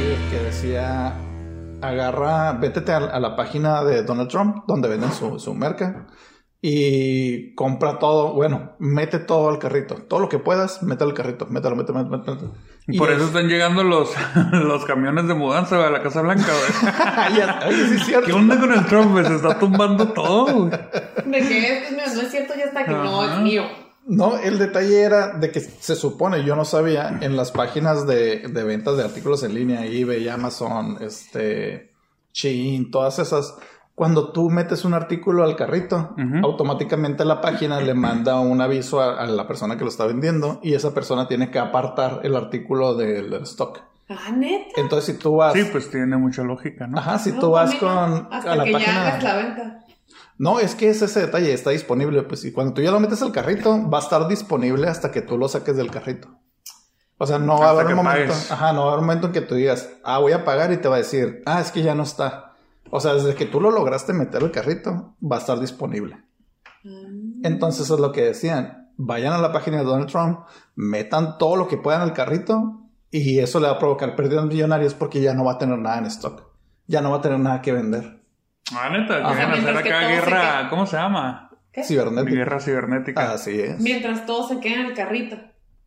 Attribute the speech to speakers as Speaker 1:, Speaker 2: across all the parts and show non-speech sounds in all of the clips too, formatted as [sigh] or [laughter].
Speaker 1: eh, decía, agarra, vétete a, a la página de Donald Trump, donde venden su, su merca, y compra todo, bueno, mete todo al carrito, todo lo que puedas, mete al carrito, mételo, mételo, mételo. mételo. Y
Speaker 2: Por
Speaker 1: es- [laughs]
Speaker 2: eso están llegando los, [laughs] los camiones de mudanza güey, a la Casa Blanca, güey. [laughs]
Speaker 1: Ay, ya- ay, sí es
Speaker 2: ¿Qué
Speaker 1: cierto.
Speaker 2: onda con el Trump? güey? Se está tumbando todo, güey.
Speaker 3: De que es, no es cierto, ya está que no
Speaker 2: Ajá.
Speaker 3: es mío.
Speaker 1: No, el detalle era de que se supone, yo no sabía, en las páginas de, de ventas de artículos en línea, eBay, Amazon, este, Shein, todas esas, cuando tú metes un artículo al carrito,
Speaker 2: Ujú.
Speaker 1: automáticamente la página le manda un aviso a, a la persona que lo está vendiendo y esa persona tiene que apartar el artículo del, del stock.
Speaker 3: Ah, neta.
Speaker 1: Entonces, si tú vas...
Speaker 2: Sí, pues tiene mucha lógica, ¿no?
Speaker 1: Ajá, si
Speaker 3: No,
Speaker 1: tú vas
Speaker 3: mami,
Speaker 1: con
Speaker 3: Hasta
Speaker 1: a la
Speaker 3: que ya
Speaker 1: página.
Speaker 3: hagas la venta.
Speaker 1: No, es que es ese detalle, está disponible. Pues, y cuando tú ya lo metes al carrito, va a estar disponible hasta que tú lo saques del carrito. O sea, no va a
Speaker 2: Hasta
Speaker 1: haber un
Speaker 2: que
Speaker 1: momento.
Speaker 2: pagues.
Speaker 1: Ajá, no va a haber un momento en que tú digas, ah, voy a pagar y te va a decir, ah, es que ya no está. O sea, desde que tú lo lograste meter al carrito, va a estar disponible. Entonces es lo que decían. Vayan a la página de Donald Trump, metan todo lo que puedan al carrito y eso le va a provocar pérdidas millonarias porque ya no va a tener nada en stock. Ya no va a tener nada que vender.
Speaker 2: Ah, neta,
Speaker 1: Ajá.
Speaker 2: quieren hacer
Speaker 3: Mientras que
Speaker 2: acá
Speaker 3: todo se
Speaker 2: guerra,
Speaker 3: quede-
Speaker 2: ¿cómo se llama?
Speaker 3: ¿Qué?
Speaker 1: Cibernética.
Speaker 2: Guerra cibernética.
Speaker 1: Así es.
Speaker 3: Ah, Mientras todos se quedan en el carrito.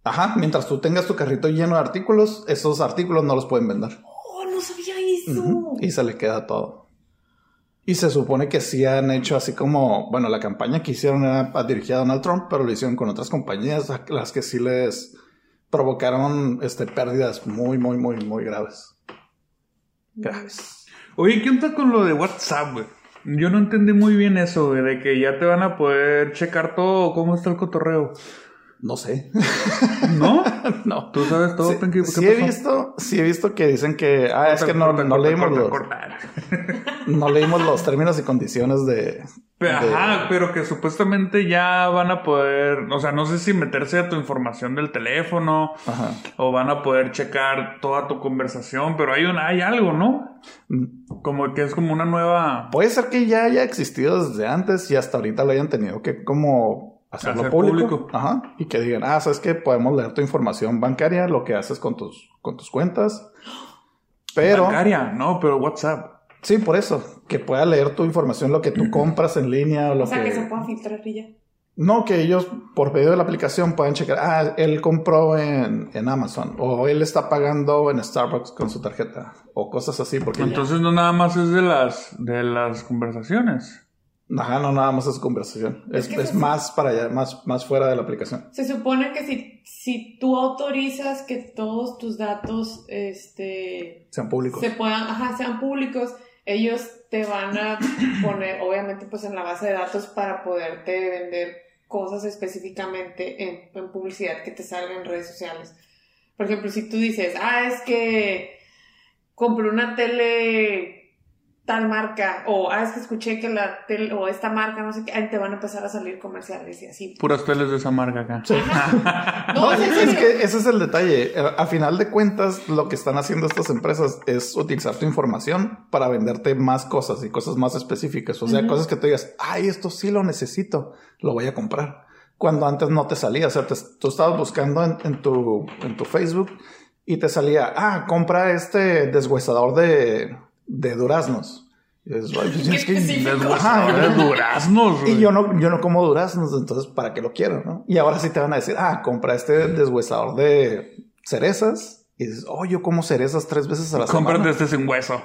Speaker 1: Ajá, mientras tú tengas tu carrito lleno de artículos, esos artículos no los pueden vender.
Speaker 3: Oh, no sabía eso.
Speaker 1: Ujú, Y se le queda todo. Y se supone que sí han hecho así como, bueno, la campaña que hicieron era pa- dirigida a Donald Trump, pero lo hicieron con otras compañías, a- las que sí les provocaron este, pérdidas muy, muy, muy, muy graves. Graves.
Speaker 2: Oye, ¿qué onda con lo de WhatsApp, güey? Yo no entendí muy bien eso, güey, de que ya te van a poder checar todo, cómo está el cotorreo.
Speaker 1: No sé.
Speaker 2: ¿No?
Speaker 1: [laughs] no.
Speaker 2: Tú sabes todo,
Speaker 1: Sí,
Speaker 2: Pinky, ¿qué
Speaker 1: sí he
Speaker 2: pasó?
Speaker 1: visto, sí he visto que dicen que, ah, es
Speaker 2: Corta,
Speaker 1: que no,
Speaker 2: corta,
Speaker 1: no
Speaker 2: corta,
Speaker 1: leímos
Speaker 2: corta,
Speaker 1: los,
Speaker 2: corta.
Speaker 1: no leímos los términos y condiciones de...
Speaker 2: Pero,
Speaker 1: de-
Speaker 2: Ajá, pero que supuestamente ya van a poder, o sea, no sé si meterse a tu información del teléfono
Speaker 1: Ajá.
Speaker 2: o van a poder checar toda tu conversación, pero hay un, hay algo, ¿no? Como que es como una nueva
Speaker 1: Puede ser que ya haya existido desde antes y hasta ahorita lo hayan tenido que como hacerlo
Speaker 2: Hacer
Speaker 1: público.
Speaker 2: público.
Speaker 1: Ajá. Y que digan, ah, sabes que podemos leer tu información bancaria, lo que haces con tus, con tus cuentas. Pero,
Speaker 2: bancaria, ¿no? Pero WhatsApp.
Speaker 1: sí, por eso, que pueda leer tu información, lo que tú compras en línea o lo
Speaker 3: O sea, que se pueda filtrar y ya.
Speaker 1: No, que ellos por medio de la aplicación puedan checar, ah, él compró en, en Amazon o él está pagando en Starbucks con su tarjeta o cosas así. Porque
Speaker 2: Entonces no nada más es de las de las conversaciones.
Speaker 1: Ajá, no, nada más es conversación. Es,
Speaker 3: Es que
Speaker 1: es
Speaker 3: se-
Speaker 1: más para allá, más, más fuera de la aplicación.
Speaker 3: Se supone que si, si tú autorizas que todos tus datos este,
Speaker 1: Sean públicos.
Speaker 3: se puedan, ajá, sean públicos, ellos te
Speaker 1: [coughs]
Speaker 3: van a poner, obviamente, pues en la base de datos para poderte vender cosas específicamente en, en publicidad que te salga en redes sociales. Por ejemplo, si tú dices, ah, es que compré una tele tal marca, o ah, es que escuché que la tele, o esta marca, no sé qué, ahí te van a empezar a salir comerciales y así.
Speaker 2: Puras teles de esa marca acá.
Speaker 1: No, [laughs]
Speaker 3: No, en
Speaker 1: es
Speaker 3: serio.
Speaker 1: que ese es el detalle. Eh, A a final de cuentas, lo que están haciendo estas empresas es utilizar tu información para venderte más cosas y cosas más específicas. O sea,
Speaker 3: Ujú.
Speaker 1: cosas que tú digas, ay, esto sí lo necesito, lo voy a comprar. Cuando antes no te salía, o sea, te- tú estabas buscando en, en tu, en tu Facebook y te salía, ah, compra este deshuesador de, de duraznos. Y dices, "Ay, pues,
Speaker 3: Qué [laughs]
Speaker 1: es que-
Speaker 3: específico.
Speaker 1: Ajá,
Speaker 2: Ahora es duraznos,
Speaker 1: Y
Speaker 2: güey.
Speaker 1: yo no, yo no como duraznos, entonces ¿para qué lo quiero? ¿no? Y ahora sí te van a decir, ah, compra este deshuesador de cerezas. Y dices, oh, yo como cerezas tres veces a la
Speaker 2: Cómprate
Speaker 1: [laughs] semana.
Speaker 2: este sin hueso.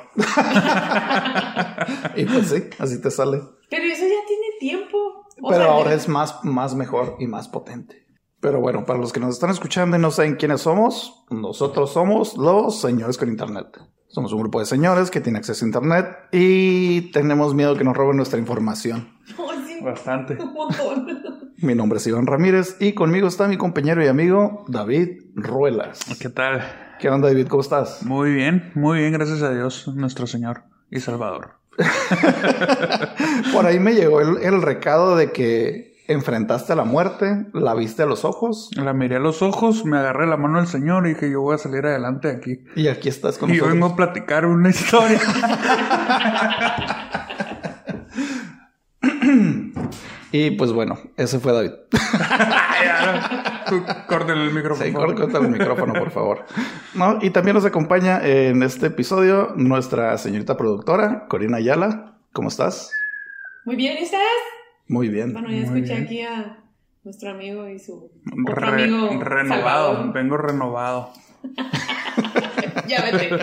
Speaker 1: Y pues sí, así te sale.
Speaker 3: Pero eso ya tiene tiempo. [laughs] O
Speaker 1: Pero
Speaker 3: sea,
Speaker 1: ahora
Speaker 3: ya-
Speaker 1: es más, más mejor y más potente. Pero bueno, para los que nos están escuchando y no saben quiénes somos, nosotros somos los señores con internet. Somos un grupo de señores que tiene acceso a internet y tenemos miedo que nos roben nuestra información.
Speaker 3: [laughs] No, sí,
Speaker 2: Bastante.
Speaker 3: un montón.
Speaker 1: Mi nombre es Iván Ramírez y conmigo está mi compañero y amigo David Ruelas.
Speaker 2: ¿Qué tal?
Speaker 1: ¿Qué onda, David? ¿Cómo estás?
Speaker 2: Muy bien, muy bien, gracias a Dios, nuestro Señor y Salvador.
Speaker 1: Por ahí me llegó el, el recado de que enfrentaste a la muerte, la viste a los ojos
Speaker 2: La miré a los ojos, me agarré la mano del Señor y dije, yo voy a salir adelante de aquí.
Speaker 1: y aquí estás con
Speaker 2: Y yo
Speaker 1: nosotros.
Speaker 2: vengo a platicar una [laughs] historia.
Speaker 1: Y pues bueno, ese fue David.
Speaker 2: Ya, Tú córtale el micrófono.
Speaker 1: Sí, cor- corta el micrófono, por [laughs] favor. No, y también nos acompaña en este episodio nuestra señorita productora, Corina Ayala. ¿Cómo estás?
Speaker 3: Muy bien, ¿y ustedes?
Speaker 1: Muy bien.
Speaker 3: Bueno, ya
Speaker 2: Muy
Speaker 3: escuché
Speaker 2: bien.
Speaker 3: aquí a nuestro amigo y su... [laughs] Otro
Speaker 2: Re-
Speaker 3: amigo
Speaker 2: renovado,
Speaker 3: Salvador.
Speaker 2: vengo renovado.
Speaker 3: Ya vete.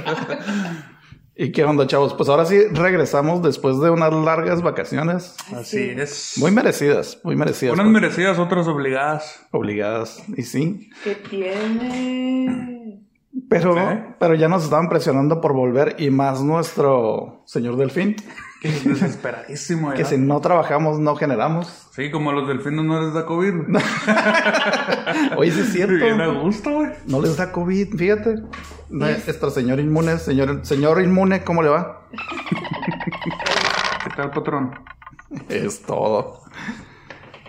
Speaker 1: ¿Y qué onda, chavos? Pues ahora sí regresamos después de unas largas vacaciones.
Speaker 2: [laughs] Así es.
Speaker 1: Muy merecidas, muy merecidas.
Speaker 2: Unas merecidas, otras obligadas.
Speaker 1: Obligadas, y sí.
Speaker 3: ¿Qué tiene?
Speaker 1: Pero,
Speaker 2: Sí.
Speaker 1: pero ya nos estaban presionando por volver y más nuestro señor Delfín,
Speaker 2: Desesperadísimo.
Speaker 1: que
Speaker 2: ¿verdad?
Speaker 1: si no trabajamos no generamos.
Speaker 2: Sí, como a los delfines no les da COVID. güey.
Speaker 1: Oye,
Speaker 2: [laughs]
Speaker 1: sí es
Speaker 2: Bien a
Speaker 1: cierto.
Speaker 2: gusto, güey.
Speaker 1: No les da COVID, fíjate. Nuestro señor inmune, señor, señor inmune, ¿cómo le va?
Speaker 2: ¿Qué tal, patrón?
Speaker 1: [laughs] Es todo.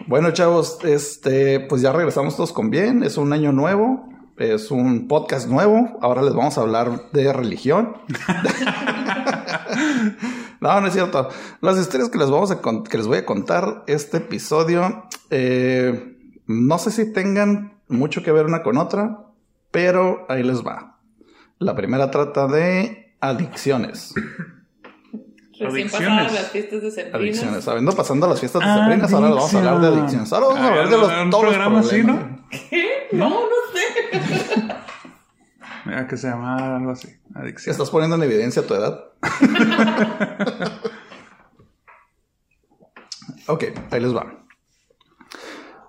Speaker 1: Bueno, chavos, este, pues ya regresamos todos con bien. Es un año nuevo, es un podcast nuevo. Ahora les vamos a hablar de religión. [laughs] no, no es cierto. Las historias que les vamos a con- que les voy a contar este episodio, eh, no sé si tengan mucho que ver una con otra, pero ahí les va. La primera trata de adicciones.
Speaker 3: Recién
Speaker 2: Adicciones.
Speaker 3: pasadas las fiestas de sembrinas.
Speaker 1: Adicciones. Habiendo pasando las fiestas de Sabrinas, ahora vamos a hablar de adicciones. Ahora vamos a hablar de los,
Speaker 2: Un
Speaker 1: todos los
Speaker 2: programa así,
Speaker 1: problemas.
Speaker 2: ¿no?
Speaker 3: ¿Qué? [laughs] No, no sé.
Speaker 2: Mira, que se llama algo así. Adicción.
Speaker 1: Estás poniendo en evidencia tu [laughs] edad. ok, ahí les va.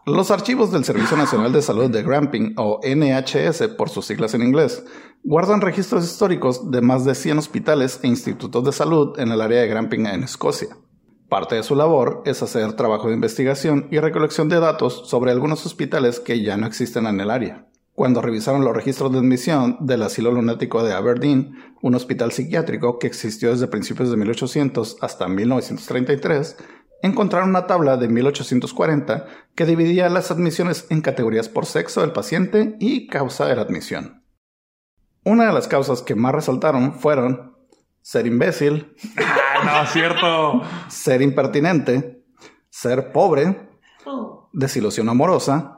Speaker 1: Los archivos del Servicio Nacional de Salud de Gramping, o NHS por sus siglas en inglés, guardan registros históricos de más de 100 hospitales e institutos de salud en el área de Gramping en Escocia. Parte de su labor es hacer trabajo de investigación y recolección de datos sobre algunos hospitales que ya no existen en el área. Cuando revisaron los registros de admisión del asilo lunático de Aberdeen, un hospital psiquiátrico que existió desde principios de 1800 hasta 1933, encontraron una tabla de 1840 que dividía las admisiones en categorías por sexo del paciente y causa de la admisión. Una de las causas que más resaltaron fueron ser imbécil,
Speaker 2: Ah, no, cierto.
Speaker 1: ser impertinente, ser pobre,
Speaker 3: Oh,
Speaker 1: desilusión amorosa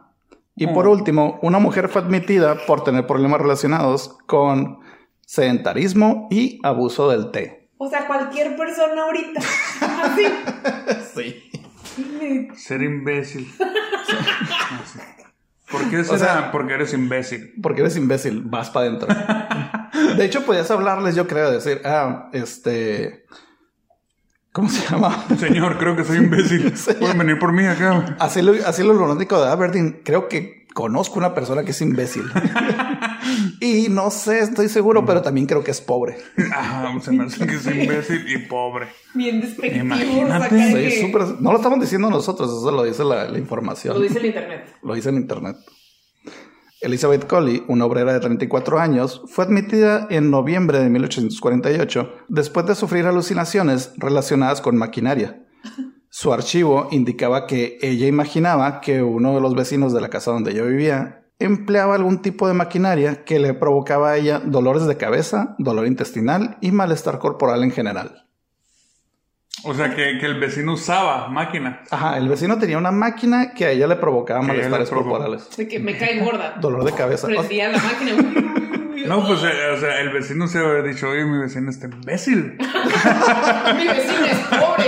Speaker 1: y
Speaker 2: Mm.
Speaker 1: por último, una mujer fue admitida por tener problemas relacionados con sedentarismo y abuso del té.
Speaker 3: O sea, cualquier persona ahorita. [laughs] Así.
Speaker 1: Sí.
Speaker 3: Dime,
Speaker 2: Ser imbécil. No sé. ¿Por qué será?
Speaker 1: sea-
Speaker 2: Porque eres imbécil.
Speaker 1: Porque eres imbécil, vas para adentro. De hecho, podías hablarles, yo creo, decir, ah, este, ¿cómo se llama?
Speaker 2: Señor, creo que
Speaker 1: [laughs]
Speaker 2: soy imbécil.
Speaker 1: Sí.
Speaker 2: Pueden venir por mí acá.
Speaker 1: Asilo, asilo lunático de Aberdeen, creo que conozco una persona que es imbécil. y no sé, estoy seguro, pero también creo que es pobre. [laughs]
Speaker 2: Ah, se me hace que es imbécil y pobre.
Speaker 3: Bien despectivo.
Speaker 2: Imagínate.
Speaker 3: sacar
Speaker 1: Sí,
Speaker 3: que-
Speaker 1: súper- No lo estamos diciendo nosotros, eso lo dice la, la información.
Speaker 3: Lo dice el internet.
Speaker 1: Lo dice en internet. Elizabeth Colley, una obrera de 34 años, fue admitida en noviembre de 1848 después de sufrir alucinaciones relacionadas con maquinaria. Su archivo indicaba que ella imaginaba que uno de los vecinos de la casa donde ella vivía empleaba algún tipo de maquinaria que le provocaba a ella dolores de cabeza, dolor intestinal y malestar corporal en general.
Speaker 2: O sea, que, que el vecino usaba máquina.
Speaker 1: Ajá, el vecino tenía una máquina que a ella le provocaba
Speaker 2: Que a ella le
Speaker 1: malestares
Speaker 2: provoca.
Speaker 1: corporales.
Speaker 3: De que me cae
Speaker 2: [laughs]
Speaker 3: gorda.
Speaker 1: Dolor de cabeza. O-
Speaker 3: Prendía la máquina.
Speaker 2: No, pues, eh, o sea, el vecino se había dicho, oye, mi vecino está imbécil.
Speaker 3: Mi vecina es pobre.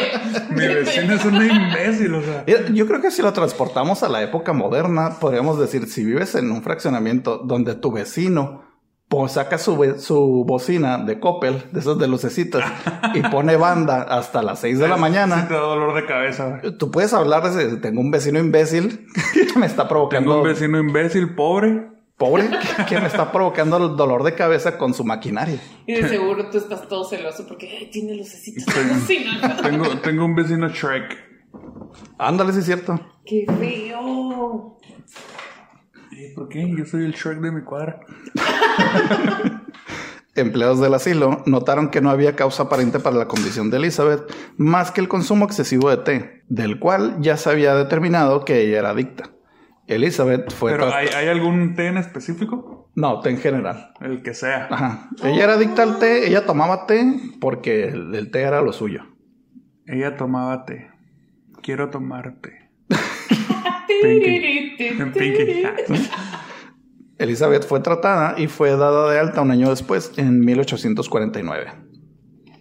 Speaker 3: [laughs]
Speaker 2: Mi vecino es un imbécil, o sea.
Speaker 1: Mira, Yo creo que si lo transportamos a la época moderna, podríamos decir, si vives en un fraccionamiento donde tu vecino po- saca su, be- su bocina de Coppel, de esas de lucecitas,
Speaker 2: [laughs]
Speaker 1: y pone banda hasta las 6 de la
Speaker 2: Sí
Speaker 1: mañana,
Speaker 2: te da dolor de cabeza. güey.
Speaker 1: tú puedes hablar de, ese, tengo un vecino imbécil [laughs] que me está
Speaker 2: Tengo
Speaker 1: provocando,
Speaker 2: un vecino imbécil, pobre.
Speaker 1: pobre, que me está provocando el dolor de cabeza con su maquinaria.
Speaker 3: Y de seguro tú estás todo celoso porque ay, tiene lucecitas.
Speaker 2: Sí.
Speaker 3: [laughs] Sí, no.
Speaker 2: Tengo, tengo un vecino Shrek.
Speaker 1: Ándale, sí es cierto.
Speaker 3: ¡Qué feo!
Speaker 2: ¿Y por qué? Yo soy el Shrek de mi cuadra.
Speaker 1: Empleados del asilo notaron que no había causa aparente para la condición de Elizabeth más que el consumo excesivo de té, del cual ya se había determinado que ella era adicta. Elizabeth fue...
Speaker 2: Pero
Speaker 1: tra-
Speaker 2: ¿hay, ¿hay algún té en específico?
Speaker 1: No, té en general.
Speaker 2: El que sea.
Speaker 1: Ajá. Ella era adicta al té, ella tomaba té porque el, el té era lo suyo. [laughs]
Speaker 2: Ella tomaba té. Quiero tomar té. En Pinky.
Speaker 1: Elizabeth fue tratada y fue dada de alta un año después, en 1849.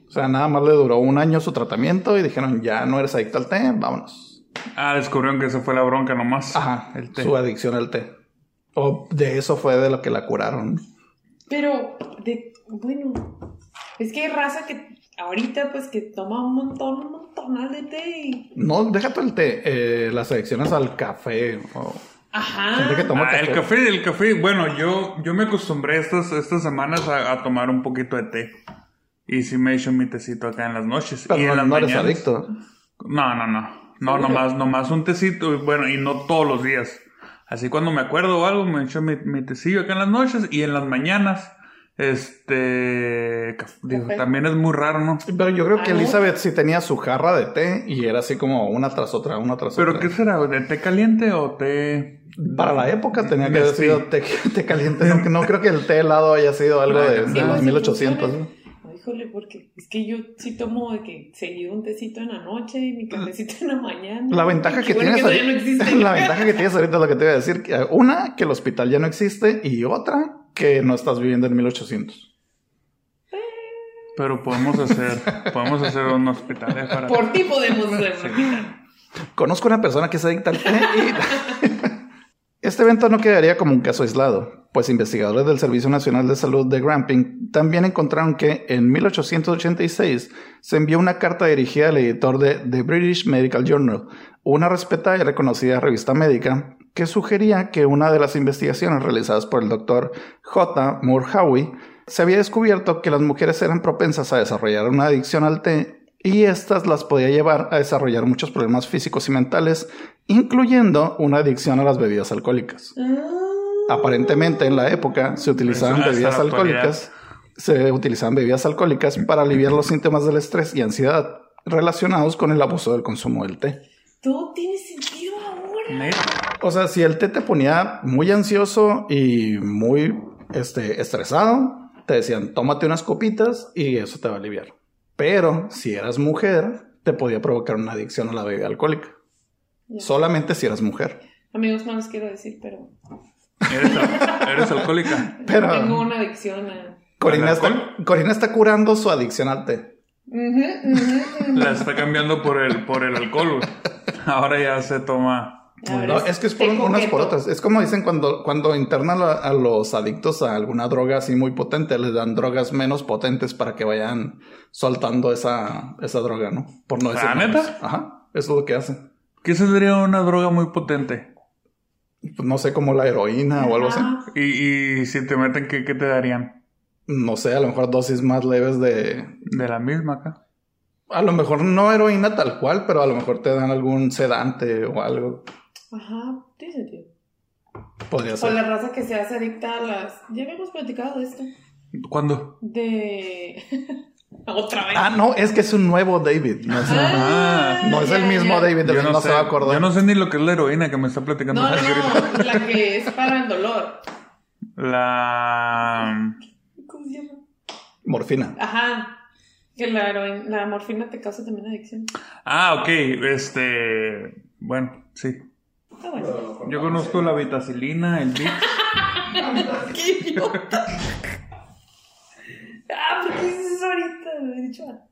Speaker 1: O sea, nada más le duró un año su tratamiento y dijeron, ya no eres adicta al té, vámonos.
Speaker 2: Ah, descubrieron que esa fue la bronca nomás.
Speaker 1: Ajá,
Speaker 2: el té.
Speaker 1: su adicción al té. O de eso fue de lo que la curaron.
Speaker 3: Pero, de, bueno, es que hay raza que ahorita pues que toma un montón, un montonal de té y...
Speaker 1: No, déjate el té, eh, las adicciones al café. o- Gente que
Speaker 3: Ajá.
Speaker 1: toma pues.
Speaker 2: Ah, el café, el café. Bueno, yo, yo me acostumbré estas, estas semanas a, a tomar un poquito de té. Y sí me he hecho mi tecito acá en las noches.
Speaker 1: Pero
Speaker 2: y en
Speaker 1: no,
Speaker 2: las
Speaker 1: no eres
Speaker 2: mañanas-
Speaker 1: adicto.
Speaker 2: No, no, no. No, nomás, nomás un tecito. y Bueno, y no todos los días. Así cuando me acuerdo o algo, me echo mi, mi tecillo acá en las noches y en las mañanas. Este. caf- digo,
Speaker 3: Café.
Speaker 2: también es muy raro, ¿no?
Speaker 1: Pero yo creo que
Speaker 3: Ah, ¿no?
Speaker 1: Elizabeth sí tenía su jarra de té y era así como una tras otra, una tras
Speaker 2: ¿Pero
Speaker 1: otra.
Speaker 2: qué será? ¿De té caliente o té.?
Speaker 1: Para la época tenía que haber
Speaker 2: Nestlé.
Speaker 1: sido té, [laughs] té caliente. No, no creo que el té helado haya sido algo de, de
Speaker 2: Sí,
Speaker 3: pues,
Speaker 1: los
Speaker 3: sí
Speaker 1: 1800.
Speaker 3: funciona.
Speaker 1: ¿no?
Speaker 3: Ay, Híjole, porque es que yo sí tomo de que seguido un tecito en la noche y
Speaker 2: Mm.
Speaker 3: mi cafecito en la mañana.
Speaker 1: La ventaja
Speaker 3: Y
Speaker 1: que
Speaker 3: bueno
Speaker 1: tienes
Speaker 3: eso ya no
Speaker 1: ahorita,
Speaker 3: existe.
Speaker 1: [laughs] la ventaja que tienes ahorita es lo que te iba a decir. que Una, que el hospital ya no existe y otra, que no estás viviendo en 1800.
Speaker 2: Pero
Speaker 1: [laughs]
Speaker 2: podemos hacer, podemos hacer un hospital eh, para.
Speaker 3: Por ti podemos ser.
Speaker 1: Conozco una persona que se adicta al té y... [laughs] Este evento no quedaría como un caso aislado, pues investigadores del Servicio Nacional de Salud de Gramping también encontraron que en 1886 se envió una carta dirigida al editor de The British Medical Journal, una respetada y reconocida revista médica, que sugería que una de las investigaciones realizadas por el doctor J. Murhawi se había descubierto que las mujeres eran propensas a desarrollar una adicción al té y estas las podía llevar a desarrollar muchos problemas físicos y mentales, incluyendo una adicción a las bebidas alcohólicas.
Speaker 3: Ah.
Speaker 1: Aparentemente en la época se utilizaban
Speaker 2: Hasta la
Speaker 1: bebidas
Speaker 2: actualidad.
Speaker 1: alcohólicas, se utilizaban bebidas alcohólicas para aliviar los síntomas del estrés y ansiedad relacionados con el abuso del consumo del té.
Speaker 3: Todo tiene sentido ahora.
Speaker 2: Neta.
Speaker 1: O sea, si el té te ponía muy ansioso y muy este, estresado, te decían, tómate unas copitas y eso te va a aliviar. Pero si eras mujer, te podía provocar una adicción a la bebida alcohólica.
Speaker 3: Ya.
Speaker 1: Solamente si eras mujer.
Speaker 3: Amigos, no les quiero decir, pero
Speaker 2: Eres, al- eres alcohólica.
Speaker 3: tengo
Speaker 1: Pero
Speaker 3: una adicción a...
Speaker 1: Corina
Speaker 2: ¿Al
Speaker 1: está,
Speaker 2: alcohol?
Speaker 1: Corina está curando su adicción al té.
Speaker 3: Ujú, ujú, ujú.
Speaker 2: La está cambiando por el, por el alcohol. güey. Ahora ya se toma.
Speaker 3: Ahora
Speaker 1: No, es que es por
Speaker 3: té
Speaker 1: un- unas por
Speaker 3: coqueto.
Speaker 1: otras. Es como dicen cuando, cuando internan a, a los adictos a alguna droga así muy potente, les dan drogas menos potentes para que vayan soltando esa, esa droga, ¿no? Por no
Speaker 2: ¿Ah,
Speaker 1: decir.
Speaker 2: neta?
Speaker 1: menos. Ajá. Eso es lo que hacen.
Speaker 2: ¿Qué sería una droga muy potente?
Speaker 1: Pues no sé, como la heroína o algo así.
Speaker 3: Ajá.
Speaker 2: Y, y si te meten, ¿qué, qué te darían?
Speaker 1: No sé, a lo mejor dosis más leves de.
Speaker 2: De la misma acá.
Speaker 1: A lo mejor no heroína tal cual, pero a lo mejor te dan algún sedante o algo.
Speaker 3: pues, Ajá, tiene sentido.
Speaker 1: Podría
Speaker 3: O
Speaker 1: ser.
Speaker 3: la raza que se hace adicta a las... Ya habíamos platicado de esto.
Speaker 2: ¿Cuándo?
Speaker 3: De... [laughs] Otra vez.
Speaker 1: Ah, no, es que es un nuevo David. No es,
Speaker 2: Ah,
Speaker 1: no es el
Speaker 3: ya,
Speaker 1: mismo
Speaker 3: ya.
Speaker 1: David, no, se va a acordar.
Speaker 2: yo no sé ni lo que es la heroína que me está
Speaker 3: No,
Speaker 2: platicando.
Speaker 3: no, no, la que es para el dolor.
Speaker 2: La.
Speaker 3: ¿Cómo se llama?
Speaker 1: Morfina.
Speaker 3: Ajá. Que la, heroína- la morfina te causa también adicción.
Speaker 2: Ah, ok. Este. Bueno, sí.
Speaker 3: Está Ah, bueno.
Speaker 2: Yo conozco la vitacilina, el Vicks.
Speaker 3: ¡Qué idiota! ah, ¿por qué dices eso ahorita? Lo he dicho antes.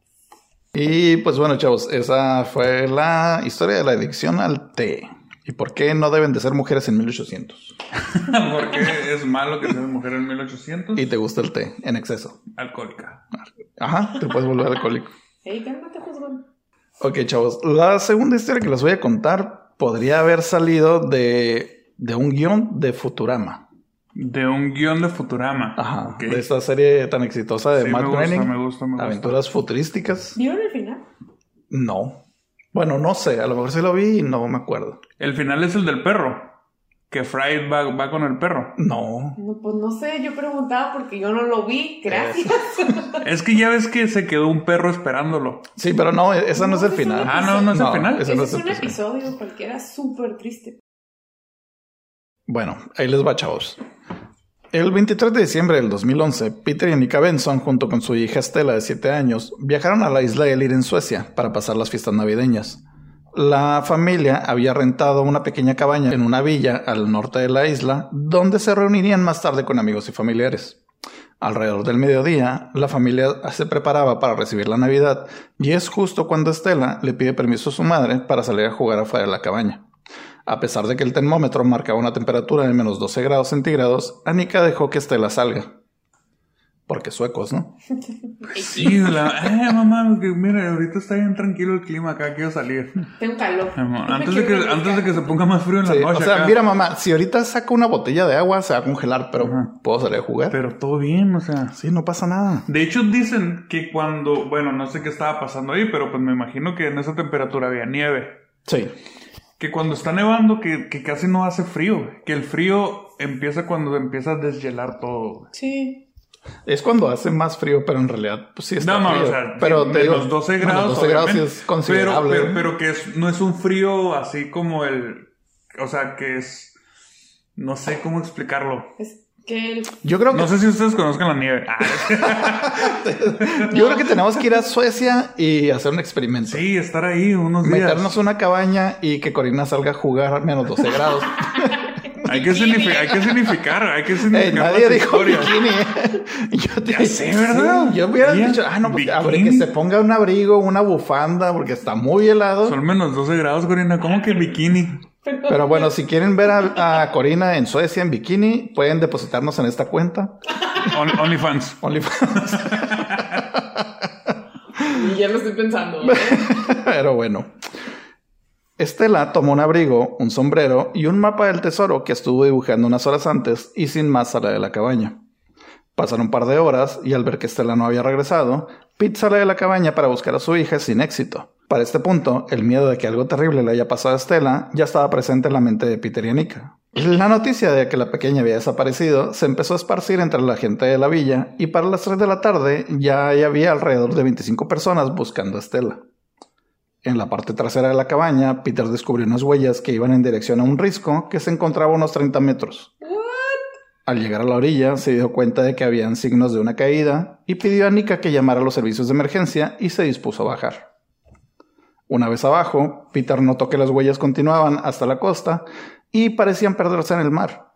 Speaker 1: Y pues bueno, chavos, esa fue la historia de la adicción al té. ¿Y por qué no deben de ser mujeres en 1800?
Speaker 2: [laughs] Porque es malo que seas mujer en 1800.
Speaker 1: Y te gusta el té en exceso.
Speaker 2: Alcohólica.
Speaker 1: Ajá, te puedes volver alcohólico.
Speaker 3: Ey, cálmate, juzgón.
Speaker 1: Ok, chavos, la segunda historia que les voy a contar podría haber salido de, de un guión de Futurama.
Speaker 2: De un guión de Futurama.
Speaker 1: Ajá,
Speaker 2: Ok.
Speaker 1: de esta serie tan exitosa de
Speaker 2: Sí,
Speaker 1: Matt
Speaker 2: me gusta,
Speaker 1: Groening.
Speaker 2: me gusta, me gusta.
Speaker 1: Aventuras futurísticas.
Speaker 3: ¿Vieron el final?
Speaker 1: No. Bueno, no sé, a lo mejor sí lo vi y no me acuerdo.
Speaker 2: El final es el del perro. Que Fry va, va con el perro.
Speaker 1: No.
Speaker 3: No, pues no sé, yo preguntaba porque yo no lo vi. Gracias.
Speaker 2: Es que ya ves que se quedó un perro esperándolo.
Speaker 1: Sí, pero no, e-, esa no, es el
Speaker 3: No, esa no
Speaker 1: final.
Speaker 2: Ah, no, no es el final.
Speaker 1: esa
Speaker 3: Ese
Speaker 1: no
Speaker 3: es
Speaker 1: el
Speaker 3: un
Speaker 1: final.
Speaker 3: episodio cualquiera súper triste.
Speaker 1: Bueno, ahí les va, chavos. El 23 de diciembre del 2011, Peter y Annika Benson, junto con su hija Stella de 7 años, viajaron a la isla de Elir en Suecia para pasar las fiestas navideñas. La familia había rentado una pequeña cabaña en una villa al norte de la isla, donde se reunirían más tarde con amigos y familiares. Alrededor del mediodía, la familia se preparaba para recibir la Navidad, y es justo cuando Estela le pide permiso a su madre para salir a jugar afuera de la cabaña. A pesar de que el termómetro marcaba una temperatura de menos 12 grados centígrados, Anika dejó que Estela salga. Porque suecos, ¿no?
Speaker 2: Sí, la... Eh, mamá, que mira, ahorita está bien tranquilo el clima acá,
Speaker 1: [laughs]
Speaker 2: quiero salir.
Speaker 3: Tengo calor.
Speaker 2: Amor,
Speaker 3: No me
Speaker 2: Antes de, que,
Speaker 3: quiero
Speaker 2: antes de
Speaker 3: brincar.
Speaker 2: que se ponga más frío en la
Speaker 1: Sí,
Speaker 2: noche
Speaker 1: o sea,
Speaker 2: acá.
Speaker 1: mira mamá, si ahorita saco una botella de agua se va a congelar, pero
Speaker 2: Ajá.
Speaker 1: puedo salir a jugar.
Speaker 2: Pero todo bien, o sea.
Speaker 1: Sí, no pasa nada.
Speaker 2: De hecho, dicen que cuando... Bueno, no sé qué estaba pasando ahí, pero pues me imagino que en esa temperatura había nieve.
Speaker 1: Sí.
Speaker 2: Que cuando está nevando, que, que casi no hace frío. güey. Que el frío empieza cuando empieza a deshielar todo. güey.
Speaker 3: Sí.
Speaker 1: Es cuando hace más frío, pero en realidad pues sí está
Speaker 2: no, no,
Speaker 1: frío.
Speaker 2: o sea,
Speaker 1: pero
Speaker 2: sí,
Speaker 1: te digo,
Speaker 2: menos 12
Speaker 1: menos
Speaker 2: grados.
Speaker 1: 12 grados sí
Speaker 2: obviamente,
Speaker 1: es considerable.
Speaker 2: Pero,
Speaker 1: ¿eh?
Speaker 2: pero, pero que es- no es un frío así como el. O sea, que es. No sé cómo explicarlo.
Speaker 3: Es que el...
Speaker 1: Yo creo que
Speaker 2: No sé si ustedes conozcan la nieve. Ah,
Speaker 1: yo creo que tenemos que ir a Suecia y hacer un experimento.
Speaker 2: sí, estar ahí unos días.
Speaker 1: Meternos una cabaña y que Corina salga a jugar a menos 12 grados.
Speaker 2: Hay, que signifi- hay que significar, hay que
Speaker 1: [laughs]
Speaker 2: significar. [laughs]
Speaker 1: Ey, nadie
Speaker 2: las
Speaker 1: dijo
Speaker 2: historias.
Speaker 1: bikini. ¿eh?
Speaker 2: [laughs]
Speaker 1: Yo te-
Speaker 2: Ya sé, ¿verdad?
Speaker 1: Sí, yo hubiera
Speaker 2: Había
Speaker 1: dicho, ah, no, pues, abre, que
Speaker 2: bikini.
Speaker 1: se ponga un abrigo, una bufanda, porque está muy helado.
Speaker 2: Son menos 12 grados, Corina. ¿Cómo que bikini?
Speaker 1: Pero bueno, si quieren ver a, a Corina en Suecia en bikini, pueden depositarnos en esta cuenta.
Speaker 2: On- OnlyFans.
Speaker 1: OnlyFans.
Speaker 3: [laughs] Y ya lo estoy pensando.
Speaker 1: [laughs]
Speaker 3: ¿eh?
Speaker 1: Pero bueno. Estela tomó un abrigo, un sombrero y un mapa del tesoro que estuvo dibujando unas horas antes y sin más sale de la cabaña. Pasaron un par de horas y al ver que Estela no había regresado, Pete sale de la cabaña para buscar a su hija sin éxito. Para este punto, el miedo de que algo terrible le haya pasado a Estela ya estaba presente en la mente de Peter y Anika. La noticia de que la pequeña había desaparecido se empezó a esparcir entre la gente de la villa y para las 3 de la tarde ya había alrededor de 25 personas buscando a Estela. En la parte trasera de la cabaña, Peter descubrió unas huellas que iban en dirección a un risco que se encontraba a unos 30 metros. Al llegar a la orilla, se dio cuenta de que habían signos de una caída y pidió a Nika que llamara a los servicios de emergencia y se dispuso a bajar. Una vez abajo, Peter notó que las huellas continuaban hasta la costa y parecían perderse en el mar.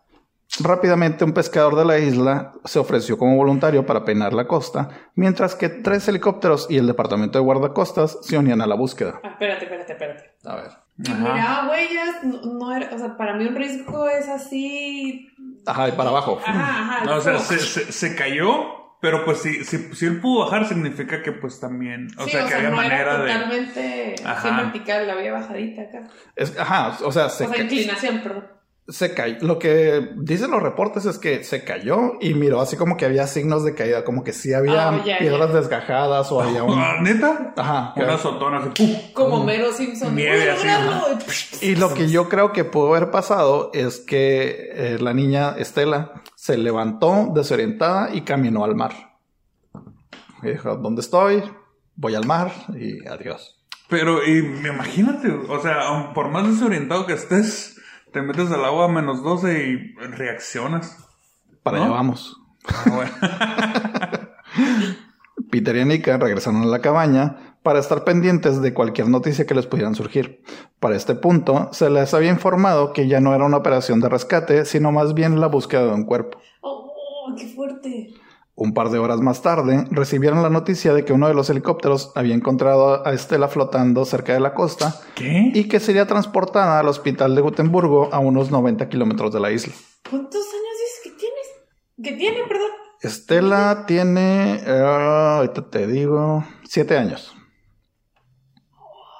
Speaker 1: Rápidamente un pescador de la isla se ofreció como voluntario para peinar la costa, mientras que tres helicópteros y el departamento de guardacostas se unían a la búsqueda.
Speaker 3: Ah, espérate, espérate, espérate. ah,
Speaker 1: A ver.
Speaker 3: Y
Speaker 2: Ajá.
Speaker 3: miraba huellas, no, no era, o sea, para mí un riesgo es así.
Speaker 1: Ajá, y para abajo.
Speaker 3: Ajá, ajá.
Speaker 2: Mm. No, o sea,
Speaker 3: como-
Speaker 2: se, se, se cayó, pero pues si, si, si él pudo bajar, significa que pues también. O
Speaker 3: sí,
Speaker 2: sea, que había
Speaker 3: no
Speaker 2: manera
Speaker 3: era
Speaker 2: de.
Speaker 3: totalmente así
Speaker 2: Ajá.
Speaker 3: vertical, la había bajadita acá.
Speaker 1: Es- ajá, o sea, se,
Speaker 3: o sea,
Speaker 1: ca-
Speaker 3: inclinación, perdón.
Speaker 1: se cayó. Lo que dicen los reportes es que se cayó y miró así como que había signos de caída, como que sí había
Speaker 3: Ah, ya,
Speaker 1: piedras desgajadas o había
Speaker 2: [laughs]
Speaker 1: un...
Speaker 2: Ah, ¿Neta?
Speaker 1: Ajá. que-
Speaker 2: Una sotona así. ¡pum!
Speaker 3: Como Mero Simpson.
Speaker 2: Mm. Nieve
Speaker 3: ¡Uy,
Speaker 2: así,
Speaker 3: lograrlo!
Speaker 1: Y lo que yo creo que pudo haber pasado es que eh, la niña Estela se levantó desorientada y caminó al mar. Y dijo, ¿dónde estoy? Voy al mar y adiós.
Speaker 2: Pero y, imagínate, o sea, aun por más desorientado que estés, te metes al agua a menos 12 y
Speaker 1: [laughs]
Speaker 2: reaccionas.
Speaker 1: Para
Speaker 2: ¿No?
Speaker 1: allá vamos.
Speaker 2: Ah, bueno.
Speaker 1: Peter y Anika regresaron a la cabaña para estar pendientes de cualquier noticia que les pudieran surgir. Para este punto, se les había informado que ya no era una operación de rescate, sino más bien la búsqueda de un cuerpo.
Speaker 3: ¡Oh, qué fuerte!
Speaker 1: Un par de horas más tarde, recibieron la noticia de que uno de los helicópteros había encontrado a Estela flotando cerca de la costa
Speaker 2: ¿Qué?
Speaker 1: y que sería transportada al hospital de Gutenburgo a unos 90 kilómetros de la isla.
Speaker 3: ¿Cuántos años dices que tienes? Que tiene, perdón.
Speaker 1: Estela tiene, eh, ahorita te digo, siete años.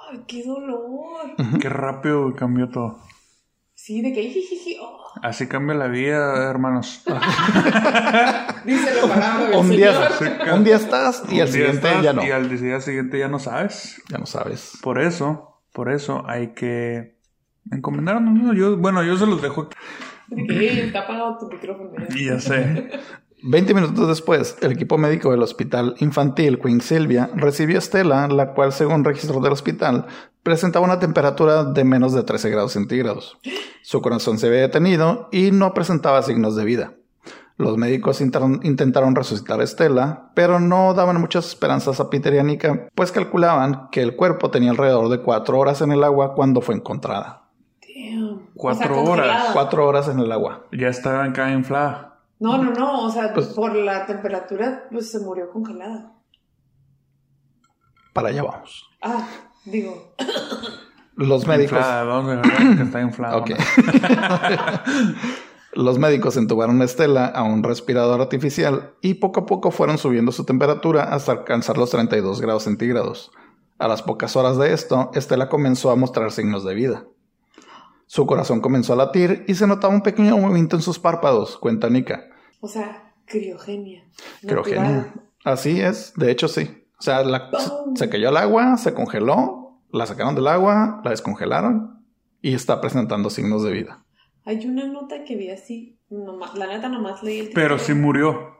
Speaker 3: ¡Ay, qué dolor!
Speaker 2: Qué rápido cambió todo.
Speaker 3: Sí, de que jijiji. Oh.
Speaker 2: Así cambia la vida, hermanos.
Speaker 3: Dice lo pagando
Speaker 1: Un
Speaker 3: el
Speaker 1: día,
Speaker 3: señor.
Speaker 1: un día estás y al
Speaker 2: Un día
Speaker 1: siguiente
Speaker 2: estás
Speaker 1: ya no.
Speaker 2: Y al día siguiente ya no sabes.
Speaker 1: Ya no sabes.
Speaker 2: Por eso, por eso hay que encomendarnos. ¿no? Yo, bueno, yo se los dejo aquí.
Speaker 3: De que "Ey, está apagado tu micrófono.
Speaker 2: Y Ya sé.
Speaker 1: 20 minutos después, el equipo médico del hospital infantil Queen Silvia recibió a Estela, la cual, según registros del hospital, presentaba una temperatura de menos de 13 grados centígrados. Su corazón se había detenido y no presentaba signos de vida. Los médicos inter- intentaron resucitar a Estela, pero no daban muchas esperanzas a Peter y a Nika, pues calculaban que el cuerpo tenía alrededor de cuatro horas en el agua cuando fue encontrada.
Speaker 3: Damn.
Speaker 2: Cuatro
Speaker 3: O sea, congelada.
Speaker 2: horas.
Speaker 1: Cuatro horas en el agua.
Speaker 2: Ya estaba acá inflada.
Speaker 3: No, no, no. O sea,
Speaker 1: Pues-
Speaker 3: por la temperatura, pues se murió congelada.
Speaker 1: Para allá vamos.
Speaker 3: Ah, digo.
Speaker 1: Los médicos.
Speaker 2: Inflada, vamos a dejar que está inflada.
Speaker 1: Ok. [laughs] Los médicos entubaron a Estela a un respirador artificial y poco a poco fueron subiendo su temperatura hasta alcanzar los 32 grados centígrados. A las pocas horas de esto, Estela comenzó a mostrar signos de vida. Su corazón comenzó a latir y se notaba un pequeño movimiento en sus párpados, cuenta Nika.
Speaker 3: O sea, criogenia.
Speaker 1: Creo que
Speaker 3: natural.
Speaker 1: así es, de hecho sí. O sea, la-
Speaker 3: Pum.
Speaker 1: se cayó al agua, se congeló, la sacaron del agua, la descongelaron y está presentando signos de vida.
Speaker 3: Hay una nota que vi así. Nomás, la neta, nomás leí el
Speaker 2: Pero sí
Speaker 3: título.
Speaker 2: murió.